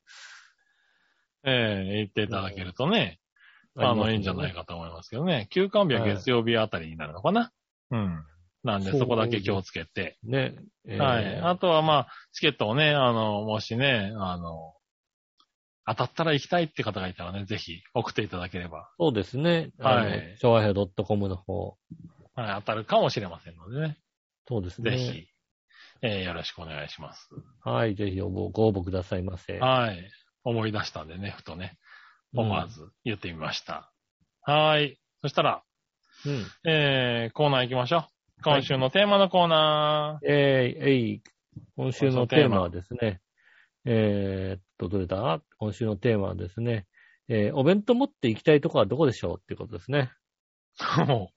Speaker 3: ええ、言っていただけるとね、 あの、いいんじゃないかと思いますけどね。休館日は月曜日あたりになるのかな。うん。なんで、
Speaker 2: そう
Speaker 3: そこだけ気をつけて。
Speaker 2: ね。えー
Speaker 3: はい。あとは、まあ、チケットをね、あの、もしね、あの、当たったら行きたいって方がいたらね、ぜひ送っていただければ、
Speaker 2: そうですね。
Speaker 3: はい
Speaker 2: 昭和平 .com の方。
Speaker 3: はい、当たるかもしれませんのでね。
Speaker 2: そうです
Speaker 3: ぜ
Speaker 2: ね。
Speaker 3: ひ、えーよろしくお願いします。
Speaker 2: はい。ぜひご応募ご応募くださいませ。
Speaker 3: はい。思い出したんでね、ふとね、
Speaker 2: うん
Speaker 3: 思わず言ってみました。はい。そしたら、
Speaker 2: うん。
Speaker 3: えー、コーナー行きましょう。今週のテーマのコーナ
Speaker 2: えーえい、今週のテーマはですね、えーっと、どれだ今週のテーマはですね、えーお弁当持って行きたいとこはどこでしょうっていうことですね。
Speaker 3: ー。ほ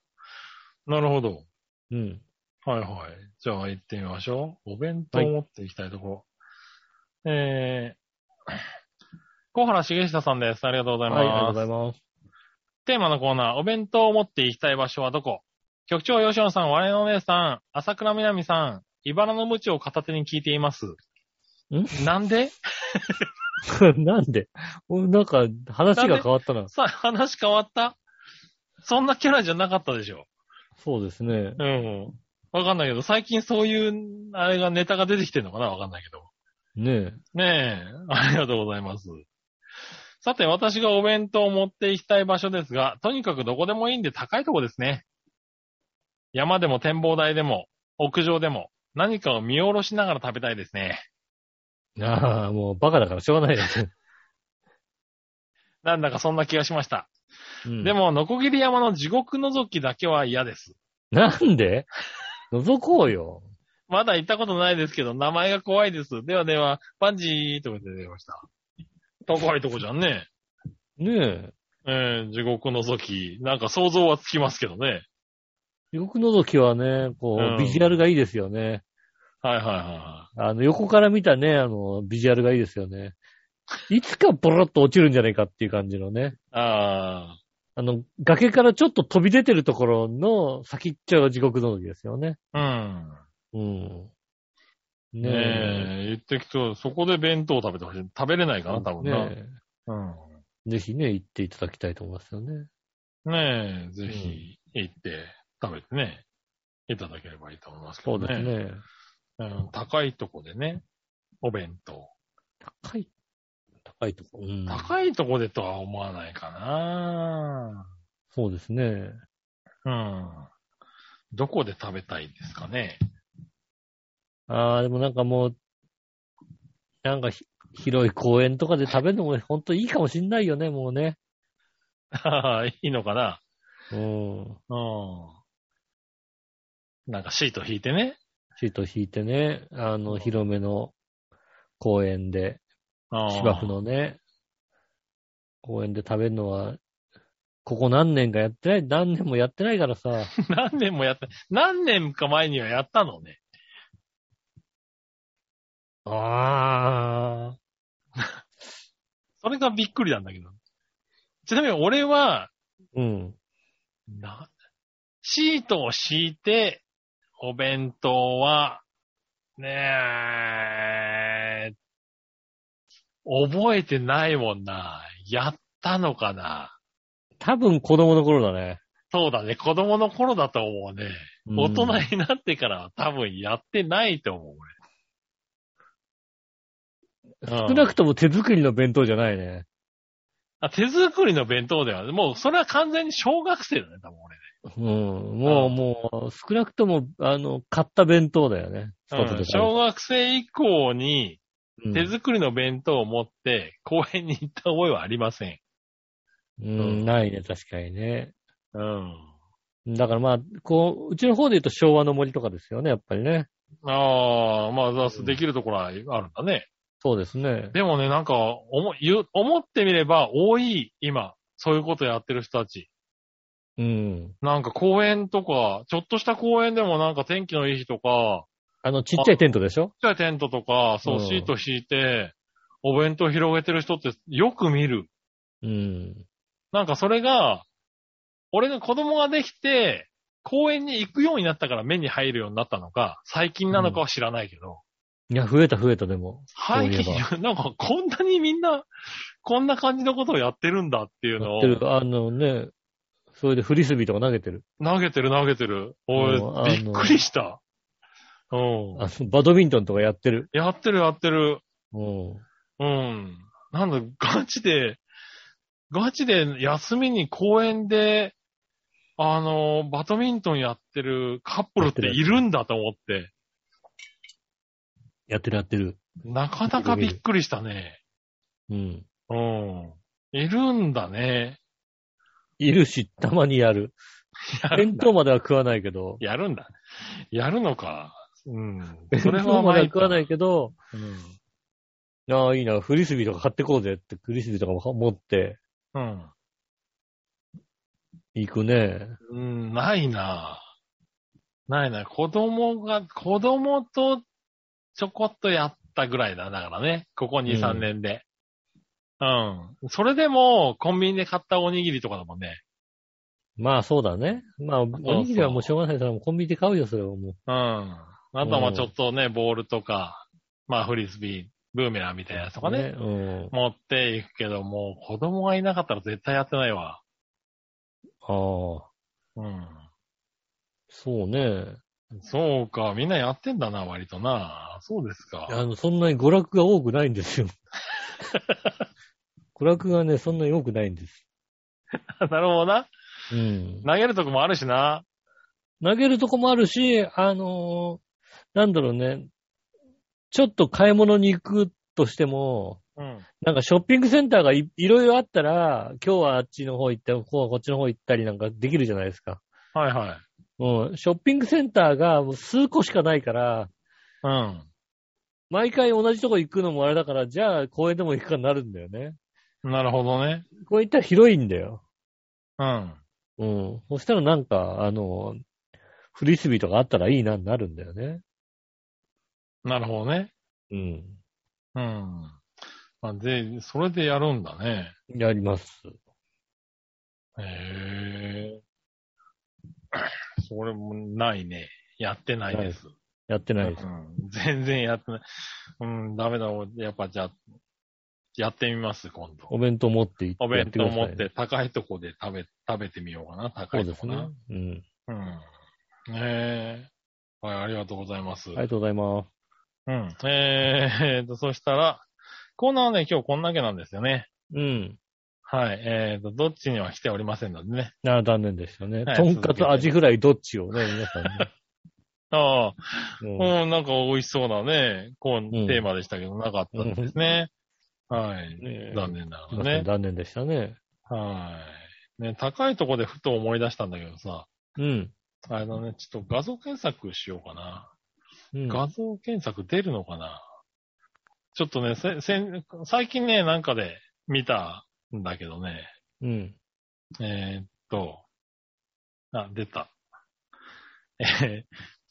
Speaker 3: うなるほど。
Speaker 2: うん。
Speaker 3: はいはい。じゃあ行ってみましょう。お弁当を持っていきたいところ。えー、 小原茂久さんです。ありがとうございます。
Speaker 2: はい、ありがとうございます。
Speaker 3: テーマのコーナー、お弁当を持って行きたい場所はどこ局長吉野さん、我のお姉さん、朝倉みなみさん、茨の無知を片手に聞いています。なんで
Speaker 2: なんでおなんか話が変わった な。
Speaker 3: さ、話変わったそんなキャラじゃなかったでしょ
Speaker 2: そうですね。
Speaker 3: うん。わかんないけど、最近そういう、あれが、ネタが出てきてるのかなわかんないけど。
Speaker 2: ね
Speaker 3: ねえ、 ありがとうございます。さて、私がお弁当を持って行きたい場所ですが、とにかくどこでもいいんで高いとこですね。山でも展望台でも、屋上でも、何かを見下ろしながら食べたいですね。
Speaker 2: え。ああ、もうバカだからしょうがないです。
Speaker 3: なんだかそんな気がしました。
Speaker 2: うん
Speaker 3: で、も、ノコギリ山の地獄覗きだけは嫌です。
Speaker 2: なんで覗こうよ。
Speaker 3: まだ行ったことないですけど、名前が怖いです。ではでは、バンジーとか出てきました。高いとこじゃんね。
Speaker 2: ねえ。
Speaker 3: えー、地獄覗き。なんか想像はつきますけどね。
Speaker 2: 地獄のぞきはね、こ
Speaker 3: うん
Speaker 2: う、ビジュアルがいいですよね。
Speaker 3: はいはいはいはい。
Speaker 2: あの、横から見たね、あの、ビジュアルがいいですよね。いつかボロッと落ちるんじゃないかっていう感じのね。
Speaker 3: あ
Speaker 2: あの、崖からちょっと飛び出てるところの先っちょが地獄の時ですよね。
Speaker 3: あ。
Speaker 2: うん。
Speaker 3: うん。
Speaker 2: ねえ。
Speaker 3: ねえ、言ってきと、そこで弁当食べてほしい。食べれないかな、多分な。
Speaker 2: ね
Speaker 3: うん。
Speaker 2: えぜひね、行っていただきたいと思いますよね。
Speaker 3: ねえ、ぜひ行って食べてね、いただければいいと思いますけ
Speaker 2: そ
Speaker 3: ど
Speaker 2: う
Speaker 3: ね。
Speaker 2: ですね。
Speaker 3: うん高いとこでね、お弁当。
Speaker 2: 高い。高いとこ。うん。
Speaker 3: 高いとこでとは思わないかな。
Speaker 2: そうですね。
Speaker 3: うん。どこで食べたいですかね。
Speaker 2: ああ、でもなんかもう、なんかひ広い公園とかで食べるのも本当いいかもしんないよね、もうね。
Speaker 3: いいのかな。
Speaker 2: うん。
Speaker 3: うん。なんかシート引いてね。
Speaker 2: シート敷いてね、あの、広めの公園で、
Speaker 3: あー
Speaker 2: 芝生のね、公園で食べるのは、ここ何年かやってない、何年もやってないからさ、
Speaker 3: 何年もやった、何年か前にはやったのね。
Speaker 2: ああ、
Speaker 3: それがびっくりなんだけど。ちなみに俺は、
Speaker 2: うん。
Speaker 3: な、シートを敷いて、お弁当は、ねえ、覚えてないもんな。やったのかな。
Speaker 2: 多分子供の頃だね。
Speaker 3: そうだね。子供の頃だと思うね。
Speaker 2: うん
Speaker 3: 大人になってからは多分やってないと思う、俺。
Speaker 2: 少なくとも手作りの弁当じゃないね。
Speaker 3: あ、手作りの弁当では、もうそれは完全に小学生だね、多分俺ね。
Speaker 2: うん。もう、もう、少なくとも、あの、買った弁当だよね。
Speaker 3: うん小学生以降に
Speaker 2: うん
Speaker 3: 手作りの弁当を持って公園に行った覚えはありません。
Speaker 2: うん、ないね、確かにね。
Speaker 3: うん。
Speaker 2: だからまあ、こう、うちの方で言うと昭和の森とかですよね、やっぱりね。
Speaker 3: ああ、まあ、ざっす
Speaker 2: うん
Speaker 3: できるところはあるんだね。
Speaker 2: そうですね。
Speaker 3: でもね、なんか思い、ゆ思ってみれば多い、今。そういうことやってる人たち。
Speaker 2: うん。
Speaker 3: なんか公園とか、ちょっとした公園でもなんか天気のいい日とか、
Speaker 2: あの、ちっちゃいテントでしょ
Speaker 3: ちっちゃいテントとか、そうう、
Speaker 2: ん
Speaker 3: シート敷いて、お弁当広げてる人ってよく見る。
Speaker 2: うん。
Speaker 3: なんかそれが、俺が子供ができて、公園に行くようになったから目に入るようになったのか、最近なのかは知らないけど、
Speaker 2: いや、増えた増えたでも。
Speaker 3: 廃
Speaker 2: そういえ
Speaker 3: 棄、 なんかこんなにみんな、こんな感じのことをやってるんだっていうの
Speaker 2: や
Speaker 3: を
Speaker 2: って、る。あのね、それでフリスビーとか投げてる。
Speaker 3: 投げてる投げてる。
Speaker 2: もうあ
Speaker 3: お
Speaker 2: の
Speaker 3: い、びっくりした。うん。
Speaker 2: あのバドミントンとかやってる。
Speaker 3: やってるやってる。
Speaker 2: うん。
Speaker 3: うん。なんだ、ガチで、ガチで休みに公園で、あの、バドミントンやってるカップルっているんだと思って、
Speaker 2: やってるやってる。
Speaker 3: なかなかびっくりしたね。
Speaker 2: うん。
Speaker 3: うん。いるんだね。
Speaker 2: いるし、たまにやる。
Speaker 3: やる
Speaker 2: 弁
Speaker 3: んだ。
Speaker 2: 当までは食わないけど。
Speaker 3: やるんだ。やるのか。うん。
Speaker 2: 弁
Speaker 3: それ
Speaker 2: 当
Speaker 3: は
Speaker 2: までは
Speaker 3: 毎
Speaker 2: 食わない
Speaker 3: 回。
Speaker 2: けど、
Speaker 3: うん。
Speaker 2: ああ、いいな、フリスビーとか買ってこうぜって、フリスビーとかも持って
Speaker 3: うん。
Speaker 2: 行くね。
Speaker 3: うん、ないなないな子供が、子供とちょこっとやったぐらいだ。だからね。ここ
Speaker 2: う
Speaker 3: 2、
Speaker 2: ん
Speaker 3: 3年で。うん。それでも、コンビニで買ったおにぎりとかだもんね。
Speaker 2: まあそうだね。まあ、お
Speaker 3: そう
Speaker 2: にぎりはもうしょうがないから、もうコンビニで買うよ、それはも
Speaker 3: うん。あとはまあちょっとね、ボールとか、まあフリスビー、ブーメランみたいなやつと
Speaker 2: う。
Speaker 3: かね。
Speaker 2: うん。
Speaker 3: 持っていくけども、子供がいなかったら絶対やってないわ。
Speaker 2: ああ、
Speaker 3: うん。
Speaker 2: そうね。
Speaker 3: そうか、みんなやってんだな、割とな。そうですか。
Speaker 2: あの、そんなに娯楽が多くないんです よ。娯楽がね、そんなに多くないんです。
Speaker 3: なるほどな。
Speaker 2: うん。
Speaker 3: 投げるとこもあるしな。
Speaker 2: 投げるとこもあるし、あのーなんだろうね。ちょっと買い物に行くとしても、
Speaker 3: うん。
Speaker 2: なんかショッピングセンターがいいろいろあったら、今日はあっちの方行ったり、今日はこっちの方行ったりなんかできるじゃないですか。
Speaker 3: はいはい。
Speaker 2: うん。ショッピングセンターがもう数個しかないから、
Speaker 3: うん。
Speaker 2: 毎回同じとこ行くのもあれだから、じゃあ公園でも行くかになるんだよね。
Speaker 3: なるほどね。
Speaker 2: 公園行ったら広いんだよ。
Speaker 3: うん。
Speaker 2: うん。そしたらなんか、あの、フリスビーとかあったらいいなになるんだよね。
Speaker 3: なるほどね。
Speaker 2: うん。
Speaker 3: うん。あで、それでやるんだね。
Speaker 2: やります。
Speaker 3: へえ。それもないね。やってないです。
Speaker 2: やってないで
Speaker 3: う
Speaker 2: す。
Speaker 3: ん。全然やってない。うん、ダメだ。俺やっぱじゃあ、やってみます、今度。
Speaker 2: お弁当持って行って
Speaker 3: お
Speaker 2: や
Speaker 3: 弁
Speaker 2: てく
Speaker 3: 当
Speaker 2: ださい
Speaker 3: 持って高いとこで食べ、食べてみようかな。
Speaker 2: そ
Speaker 3: 高
Speaker 2: う
Speaker 3: いと
Speaker 2: で
Speaker 3: こ
Speaker 2: す
Speaker 3: な。
Speaker 2: ね。うん。
Speaker 3: うん。ねえ。はい、ありがとうございます。
Speaker 2: ありがとうございます。
Speaker 3: うん。えー、と、そしたら、コーナーはね、今日こんだけなんですよね。
Speaker 2: うん。
Speaker 3: はい。えーと、どっちには来ておりませんのでね。
Speaker 2: なあ残念でしたね。
Speaker 3: はい
Speaker 2: とんかつアジフライどっちをね、皆さん
Speaker 3: ああ、
Speaker 2: ね。
Speaker 3: うん、なんか美味しそうなね、こう、
Speaker 2: ん
Speaker 3: テーマでしたけど、なかったんですね。はい
Speaker 2: ね。
Speaker 3: 残念な
Speaker 2: う
Speaker 3: が
Speaker 2: ん。
Speaker 3: らね。
Speaker 2: 残念でしたね。
Speaker 3: はい。ね、高いとこでふと思い出したんだけどさ、
Speaker 2: うん。
Speaker 3: あれだね、ちょっと画像検索しようかな。
Speaker 2: うん
Speaker 3: 画像検索出るのかなちょっとね、せ、せん、最近ね、なんかで見たんだけどね。
Speaker 2: うん。
Speaker 3: えーっと、あ、出た。えー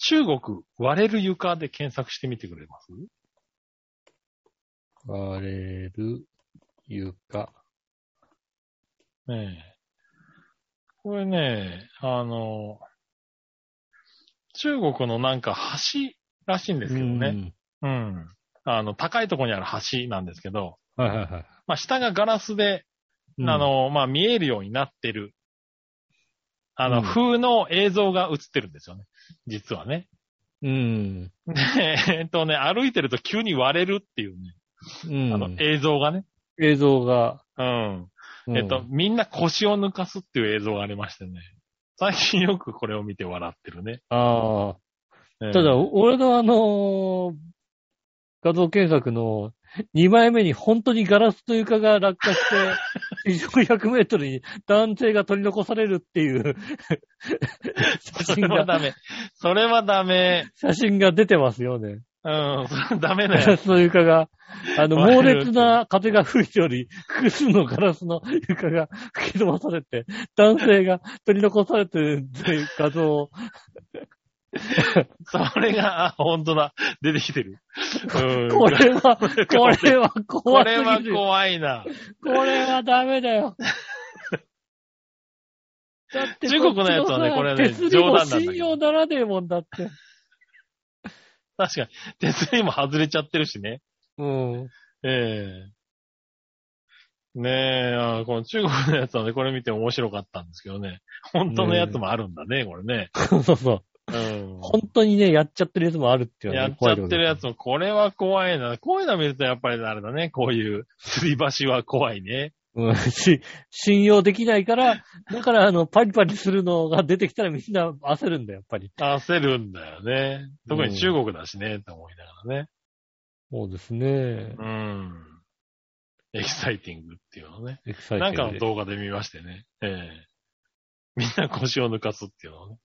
Speaker 3: 中国割れる床で検索してみてくれます
Speaker 2: 割れる床。
Speaker 3: ねえ。これね、あの、中国のなんか橋らしいんですけどね。うん。あの、高いところにある橋なんですけど、
Speaker 2: うん。はいはいはい。
Speaker 3: まあ、下がガラスで、
Speaker 2: うん
Speaker 3: あ、の、まあ、見えるようになってる。あの、
Speaker 2: うん
Speaker 3: 風の映像が映ってるんですよね。実はね。
Speaker 2: うん。
Speaker 3: で えーっとね、歩いてると急に割れるっていうね、
Speaker 2: うん。
Speaker 3: あの映像がね、
Speaker 2: 映像が、
Speaker 3: うん。
Speaker 2: うん
Speaker 3: えっと、みんな腰を抜かすっていう映像がありましてね。最近よくこれを見て笑ってるね。
Speaker 2: あ
Speaker 3: え
Speaker 2: あ。
Speaker 3: ー
Speaker 2: ただ、お俺のあのー画像検索の2枚目に本当にガラスと床が落下 して、地上100メートルに男性が取り残されるっていう写
Speaker 3: そ
Speaker 2: 真
Speaker 3: れは
Speaker 2: が、
Speaker 3: ダメ。それはダメ。
Speaker 2: 写真が出てますよね。
Speaker 3: うん、それはダメ
Speaker 2: ガ
Speaker 3: だ
Speaker 2: ラ
Speaker 3: よ。
Speaker 2: スの床が、あの、猛
Speaker 3: 割れる
Speaker 2: 烈な風が吹いており、複数のガラスの床が吹き飛ばされて、男性が取り残されてるという画像を、
Speaker 3: それが、あ、ほんとだ。出てきてる。うん、
Speaker 2: これは、これは
Speaker 3: こ
Speaker 2: 怖す
Speaker 3: れは
Speaker 2: ぎる。
Speaker 3: 怖いな。
Speaker 2: これはダメだ よ。だって
Speaker 3: 中国のやつはね
Speaker 2: こっち
Speaker 3: これ
Speaker 2: さ
Speaker 3: ね
Speaker 2: 手すりも
Speaker 3: 冗談なんだけど
Speaker 2: 信用ならねえもんだって。
Speaker 3: 確かに。手すりも外れちゃってるしね。
Speaker 2: うん。
Speaker 3: ええねえ、あこの中国のやつはね、これ見て面白かったんですけどね。本当のやつもあるんだね、これね。
Speaker 2: そうそうそう。
Speaker 3: うん。
Speaker 2: 本当にね、やっちゃってるやつもあるっていうの
Speaker 3: や
Speaker 2: は
Speaker 3: っ
Speaker 2: ね
Speaker 3: ちゃ
Speaker 2: 怖い
Speaker 3: っ
Speaker 2: こ
Speaker 3: て
Speaker 2: と
Speaker 3: る
Speaker 2: だ
Speaker 3: やつも、これは怖いな。こういうの見るとやっぱりあれだね、こういう吊り橋は怖いね。
Speaker 2: うんし信用できないから、だからあの、パリパリするのが出てきたらみんな焦るんだよ、やっぱり。
Speaker 3: 焦るんだよね。特に中国だしね、と思いながらね。
Speaker 2: そうですね。
Speaker 3: うん。エキサイティングっていうのね。
Speaker 2: エキサイティ
Speaker 3: な
Speaker 2: ン
Speaker 3: ん
Speaker 2: グ
Speaker 3: かの
Speaker 2: で
Speaker 3: 動画で見ましてね。ええみんな腰を抜かすっていうのをね。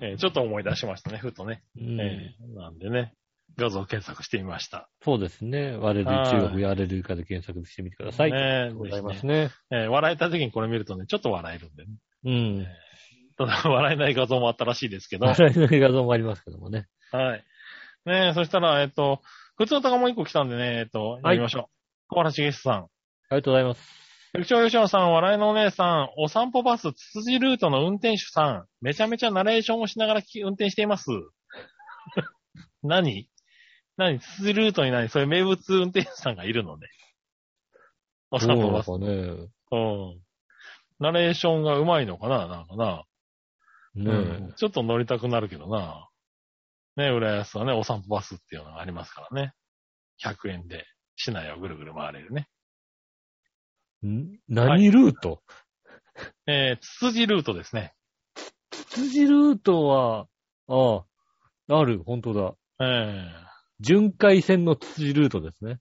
Speaker 3: ええちょっと思い出しましたね、ふとね。
Speaker 2: うん
Speaker 3: ええなんでね、画像検索してみました。
Speaker 2: そうですね。割れる
Speaker 3: はい
Speaker 2: 中国や割れる以下で検索してみてください。
Speaker 3: ねえ
Speaker 2: ございます
Speaker 3: ぜ
Speaker 2: ね。
Speaker 3: ひねええ笑えた時にこれ見るとね、ちょっと笑えるんでね。
Speaker 2: うん。
Speaker 3: ただ、笑えない画像もあったらしいですけど。
Speaker 2: 笑いの映画像もありますけどもね。
Speaker 3: はい。ねえ、そしたら、えっと、普通の高もう一個来たんでね、えっと、
Speaker 2: は
Speaker 3: や
Speaker 2: い
Speaker 3: りましょう。小原茂さん。
Speaker 2: ありがとうございます。
Speaker 3: 局長吉野さん、笑いのお姉さん、お散歩バス、つつじルートの運転手さん、めちゃめちゃナレーションをしながら聞き運転しています。 何何つつじルートに何そういう名物運転手さんがいるのね。お散歩バス。
Speaker 2: どうなのかね。
Speaker 3: うん。ナレーションがうまいのかななんかな、
Speaker 2: ねえ。
Speaker 3: うんちょっと乗りたくなるけどな。ね浦安はね、お散歩バスっていうのがありますからね。100円で市内をぐるぐる回れるね。
Speaker 2: ん何ルート
Speaker 3: えー、つつじルートですね。
Speaker 2: 羊ルートは、ああ、ある、本当だ。
Speaker 3: えー
Speaker 2: 巡回線の羊ルートですね。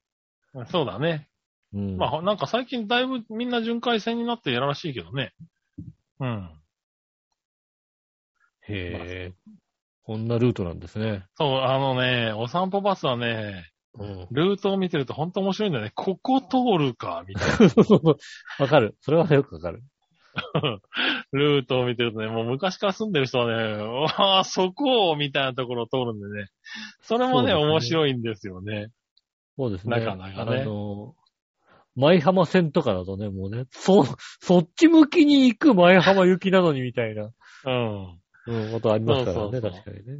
Speaker 3: そうだね。
Speaker 2: うん。
Speaker 3: まあ、なんか最近だいぶみんな巡回戦になってやらしいけどね。うん。
Speaker 2: へえ。こんなルートなんですね。
Speaker 3: そう、あのね、お散歩バスはね、
Speaker 2: うん。
Speaker 3: ルートを見てるとほんと面白いんだよね。ここ通るか、みたいな。
Speaker 2: そうそうそう。 わかる。それはよくわかる。
Speaker 3: ルートを見てるとね、もう昔から住んでる人はね、うわあ、そこをみたいなところを通るんでね。それもね、
Speaker 2: そうですね
Speaker 3: 面白いんですよね。
Speaker 2: そうですね。
Speaker 3: なかなかね
Speaker 2: あの、舞浜線とかだとね、もうね、そ、そっち向きに行く舞浜行きなのにみたいな、
Speaker 3: うん。
Speaker 2: うん、ことありますからね、
Speaker 3: そうそうそう
Speaker 2: 確かにね
Speaker 3: う。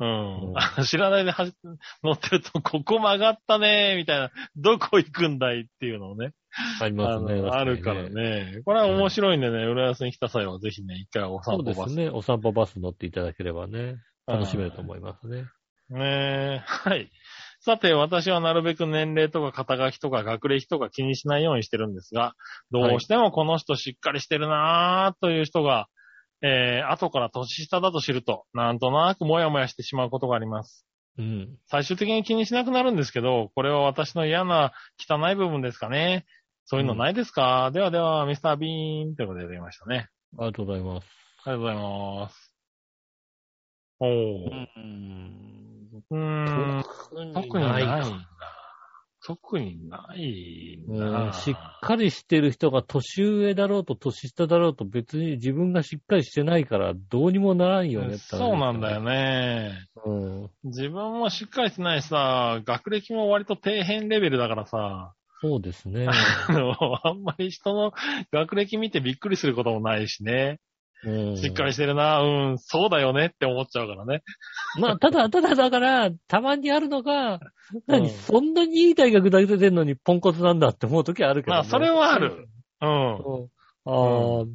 Speaker 2: うん
Speaker 3: ん。あ 知らないで走っ乗ってると、ここ曲がったね、みたいな。どこ行くんだいっていうのをね。
Speaker 2: ありますね。
Speaker 3: あの
Speaker 2: 確
Speaker 3: あ
Speaker 2: に
Speaker 3: るから。ね。これは面白いんでね、浦安に来た際はぜひね、一回お散
Speaker 2: そう
Speaker 3: 歩
Speaker 2: で
Speaker 3: バ
Speaker 2: す
Speaker 3: ス。
Speaker 2: ね。お散歩バス乗っていただければね、楽しめると思いますね。
Speaker 3: う。ねえはい。さて、私はなるべく年齢とか肩書きとか学歴とか気にしないようにしてるんですが、どうしてもこの人しっかりしてるなーという人が、えー、後から年下だと知ると、なんとなくもやもやしてしまうことがあります。
Speaker 2: うん。
Speaker 3: 最終的に気にしなくなるんですけど、これは私の嫌な汚い部分ですかね。そういうのないですか、ではでは、ミスター・ビーンということでいただきましたね。
Speaker 2: ありがとうございます。
Speaker 3: ありがとうございます。おー。うーん。特にない
Speaker 2: か
Speaker 3: な。特にない
Speaker 2: うん
Speaker 3: な。
Speaker 2: しっかりしてる人が年上だろうと年下だろうと別に自分がしっかりしてないからどうにもならんよねって話です
Speaker 3: そうなんだよね。
Speaker 2: うん。
Speaker 3: 自分もしっかりしてないしさ、学歴も割と底辺レベルだからさ、
Speaker 2: そうですね。
Speaker 3: あのあんまり人の学歴見てびっくりすることもないしね。
Speaker 2: うん
Speaker 3: しっかりしてるな、うん、そうだよねって思っちゃうからね。
Speaker 2: まあ、ただ、ただだから、たまにあるのが、何、
Speaker 3: うん
Speaker 2: そんなにいい大学大学出てんのにポンコツなんだって思う時あるけど、ね。
Speaker 3: まあ、それはある。うん。
Speaker 2: うん。ああ、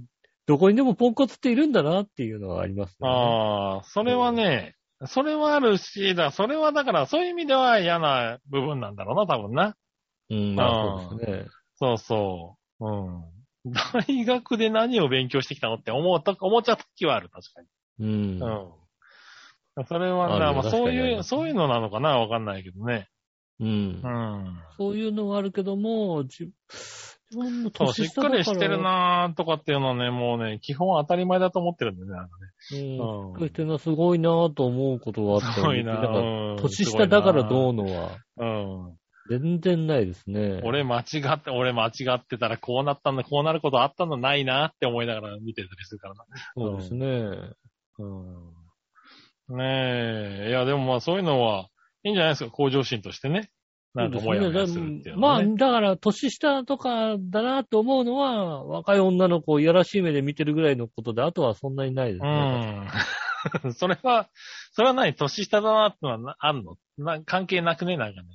Speaker 2: どこにでもポンコツっているんだなっていうのはありますね。
Speaker 3: ああ、それはね、それはあるし、だそれはだから、そういう意味では嫌な部分なんだろうな、多分な。
Speaker 2: うん、まあそうですね。
Speaker 3: そうそう。うん。大学で何を勉強してきたのって思うと、思っちゃうときはある、確かに。
Speaker 2: うん。
Speaker 3: うん。それは
Speaker 2: あ
Speaker 3: な、
Speaker 2: るよ
Speaker 3: まあ、そう
Speaker 2: 確かにあ
Speaker 3: いう、
Speaker 2: る
Speaker 3: そういうのなのかな、わかんないけどね。
Speaker 2: うん
Speaker 3: う。ん。
Speaker 2: そういうのはあるけども、じ自分の
Speaker 3: そう、
Speaker 2: 年
Speaker 3: しっ
Speaker 2: 下だ
Speaker 3: か
Speaker 2: から
Speaker 3: りしてるなーとかっていうのはね、もうね、基本当たり前だと思ってるんだよね、なんかね。
Speaker 2: うん。し
Speaker 3: うん
Speaker 2: っかりしてるのはすごいなぁと思うことはあった
Speaker 3: す
Speaker 2: の
Speaker 3: ご
Speaker 2: に
Speaker 3: いな
Speaker 2: だから
Speaker 3: うん
Speaker 2: 年下だからどうのは、
Speaker 3: うん。
Speaker 2: 全然ないですね。
Speaker 3: 俺間違って、俺間違ってたらこうなったんだ、こうなることあったのないなって思いながら見てたりするからな。
Speaker 2: そうですね。
Speaker 3: うん。ねえ。いや、でもまあそういうのは、いいんじゃないですか、向上心としてね。なんかもやもやするっていうの
Speaker 2: ま
Speaker 3: は
Speaker 2: あ、
Speaker 3: ね、
Speaker 2: だから、年下とかだなと思うのは、若い女の子をいやらしい目で見てるぐらいのことで、あとはそんなにないですね。
Speaker 3: うん。 それは、それは何年下だなってのはなあんのな関係なくねなんかね。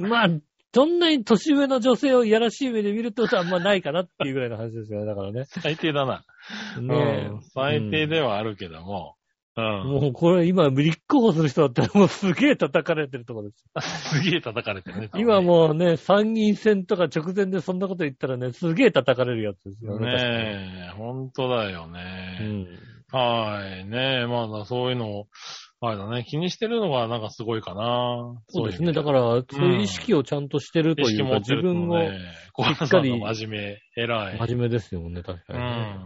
Speaker 3: うん。
Speaker 2: まあ、どんなに年上の女性をいやらしい目で見るってことはあんまないかなっていうぐらいの話ですよね。だからね。
Speaker 3: 最低だな。
Speaker 2: ねえ
Speaker 3: うん最低ではあるけども。うん。
Speaker 2: もうこれ今、立候補する人だったらもうすげえ叩かれてるところです。
Speaker 3: すげえ叩かれてるね。
Speaker 2: 今もうね、参議院選とか直前でそんなこと言ったらね、すげえ叩かれるやつですよね。
Speaker 3: ねえ、本当だよ
Speaker 2: え
Speaker 3: ね。
Speaker 2: うん。
Speaker 3: はい。ねえ、まだそういうのを、あれだね、気にしてるのがなんかすごいかな。
Speaker 2: そうですね。だ
Speaker 3: か
Speaker 2: から、そういう意識をちゃんとしてると
Speaker 3: 意
Speaker 2: い
Speaker 3: 識
Speaker 2: うか、
Speaker 3: 持っ
Speaker 2: 自
Speaker 3: てるの
Speaker 2: 分
Speaker 3: も
Speaker 2: も
Speaker 3: ね。小原さんの真面目、偉い。
Speaker 2: 真面目ですよね、確かにね。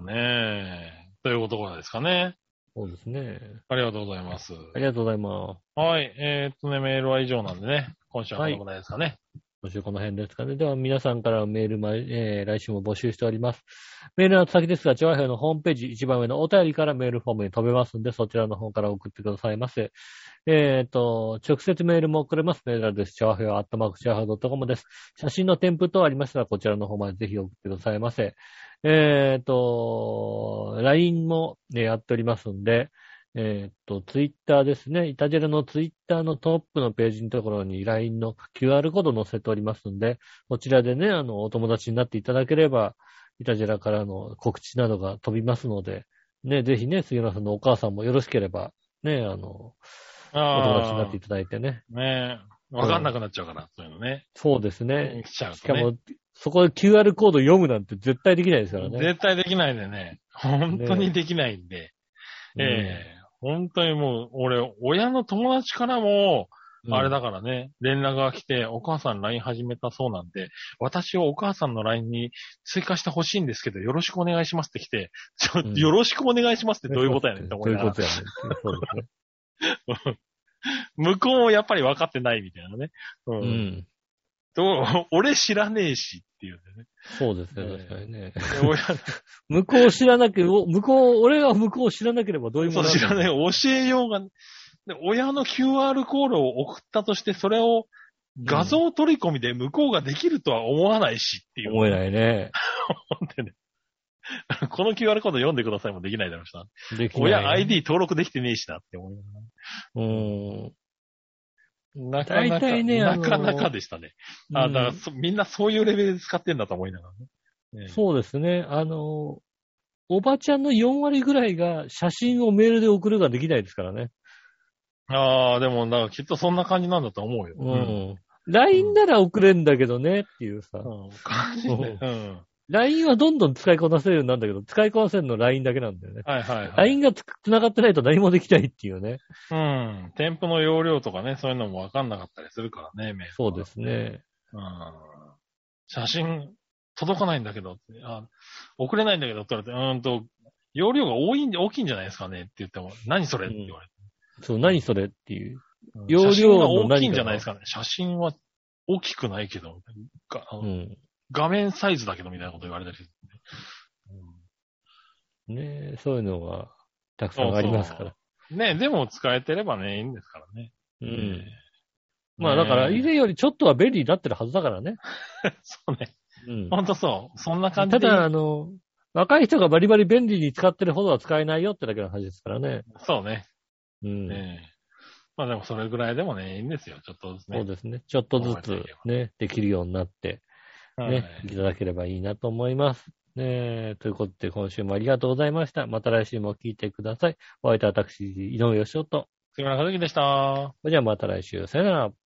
Speaker 3: うん。ねえ。というところですかね。
Speaker 2: そうですね。
Speaker 3: ありがとうございます。
Speaker 2: ありがとうございます。
Speaker 3: はい。えーっとね、メールは以上なんでね、今週はこのぐらいですかね。
Speaker 2: 今週この辺ですかね。では皆さんからメールま、えー来週も募集しております。メールの先ですが、チワヘのホームページ一番上のお便りからメールフォームに飛べますんで、そちらの方から送ってくださいませ。えっ、と、直接メールも送れます。メールアドレス、チワヘアアットマークチワヘドットコムです。写真の添付等ありましたら、こちらの方までぜひ送ってくださいませ。えっ、と、LINE も、ね、やっておりますんで、えっと、ツイッターですね。イタジェラのツイッターのトップのページのところに LINE の QR コード載せておりますんで、こちらでね、あの、お友達になっていただければ、イタジェラからの告知などが飛びますので、ね、ぜひね、杉浦さんのお母さんもよろしければ、ね、あの、お友達にな
Speaker 3: あ
Speaker 2: っていただいてね。
Speaker 3: あ、ねえ。わかんなくなっちゃうから、そういうのね。
Speaker 2: そうですね。
Speaker 3: 来ちゃう
Speaker 2: しか
Speaker 3: とね。
Speaker 2: も、そこで QR コード読むなんて絶対できないですからね。
Speaker 3: 絶対できないんでね。本当にできないんで。
Speaker 2: うん
Speaker 3: ええ本当にもう、俺、親の友達からも、
Speaker 2: うん
Speaker 3: あれだからね、連絡が来て、お母さん LINE 始めたそうなんで、私をお母さんの LINE に追加してほしいんですけど、よろしくお願いしますって来て、ちょ
Speaker 2: うん
Speaker 3: よろしくお願いしますってどういうことやねんって思いなが
Speaker 2: どういうことやねんってそうですね。
Speaker 3: ら。向こうもやっぱり分かってないみたいなね。う。
Speaker 2: うんん。
Speaker 3: どう俺知らねえしっていうね。
Speaker 2: そうです
Speaker 3: え
Speaker 2: ね、
Speaker 3: え
Speaker 2: 確かにね。
Speaker 3: で親
Speaker 2: 向こうを知らなければ、向こう、俺が向こうを知らなければどういう
Speaker 3: そ
Speaker 2: もの
Speaker 3: う
Speaker 2: な
Speaker 3: 知
Speaker 2: の
Speaker 3: らない。教えようが、で親の QR コードを送ったとして、それを画像取り込みで向こうができるとは思わないしっていう。
Speaker 2: 思えないね。
Speaker 3: でね この QR コード読んでくださいもできないだろうしな。
Speaker 2: できない、
Speaker 3: 親 ID 登録できてねえしなって思います
Speaker 2: うん。
Speaker 3: なかな
Speaker 2: 大
Speaker 3: か、
Speaker 2: 体ねあ
Speaker 3: な
Speaker 2: の
Speaker 3: かなかでしたね。あだから
Speaker 2: うん
Speaker 3: そみんなそういうレベルで使ってんだと思いながらね。ね
Speaker 2: そうですね。あの、おばちゃんの4割ぐらいが写真をメールで送るができないですからね。
Speaker 3: ああ、でも、なんかきっとそんな感じなんだと思うよ。
Speaker 2: うん。LINE なら送れんだけどねっていうさ。
Speaker 3: うん。うん感じね うん。
Speaker 2: LINE はどんどん使いこなせるようになるんだけど、使いこなせるの LINE だけなんだよね。
Speaker 3: はいはい、はい。
Speaker 2: LINE がつ繋がってないと何もできないっていうね。
Speaker 3: うん。店舗の容量とかね、そういうのもわかんなかったりするからね、メール
Speaker 2: そうですね。
Speaker 3: うん。写真、届かないんだけどって、あ、送れないんだけどって言われて、うーんと、容量が多いん大きいんじゃないですかねって言っても、何それって言われて。
Speaker 2: そう、何それっていう。
Speaker 3: うん
Speaker 2: 容量の
Speaker 3: 写真が大きいんじゃないですかね。写真は大きくないけど、があの
Speaker 2: うん。
Speaker 3: 画面サイズだけどみたいなこと言われたりする。
Speaker 2: ねそういうのがたくさんありますから。
Speaker 3: うんねでも使えてればね、いいんですからね。
Speaker 2: う。
Speaker 3: うん
Speaker 2: まあだから、以前よりちょっとは便利になってるはずだからね。
Speaker 3: そうね。
Speaker 2: うん。
Speaker 3: ほんとそう。そんな
Speaker 2: た
Speaker 3: 感じでいい
Speaker 2: だ、あの、若い人がバリバリ便利に使ってるほどは使えないよってだけの話ですからね。
Speaker 3: そうね。
Speaker 2: うん。
Speaker 3: ねえ。まあでもそれぐらいでもね、いいんですよ。ちょっとですね。
Speaker 2: そうですね。ちょっとずつね、できるようになって、
Speaker 3: はい
Speaker 2: ね、いただければいいなと思います。ねえ、ということで今週もありがとうございました。また来週も聞いてください。お相手は私、井上義雄と。
Speaker 3: 杉村和樹でした。
Speaker 2: それではまた来週、さよなら。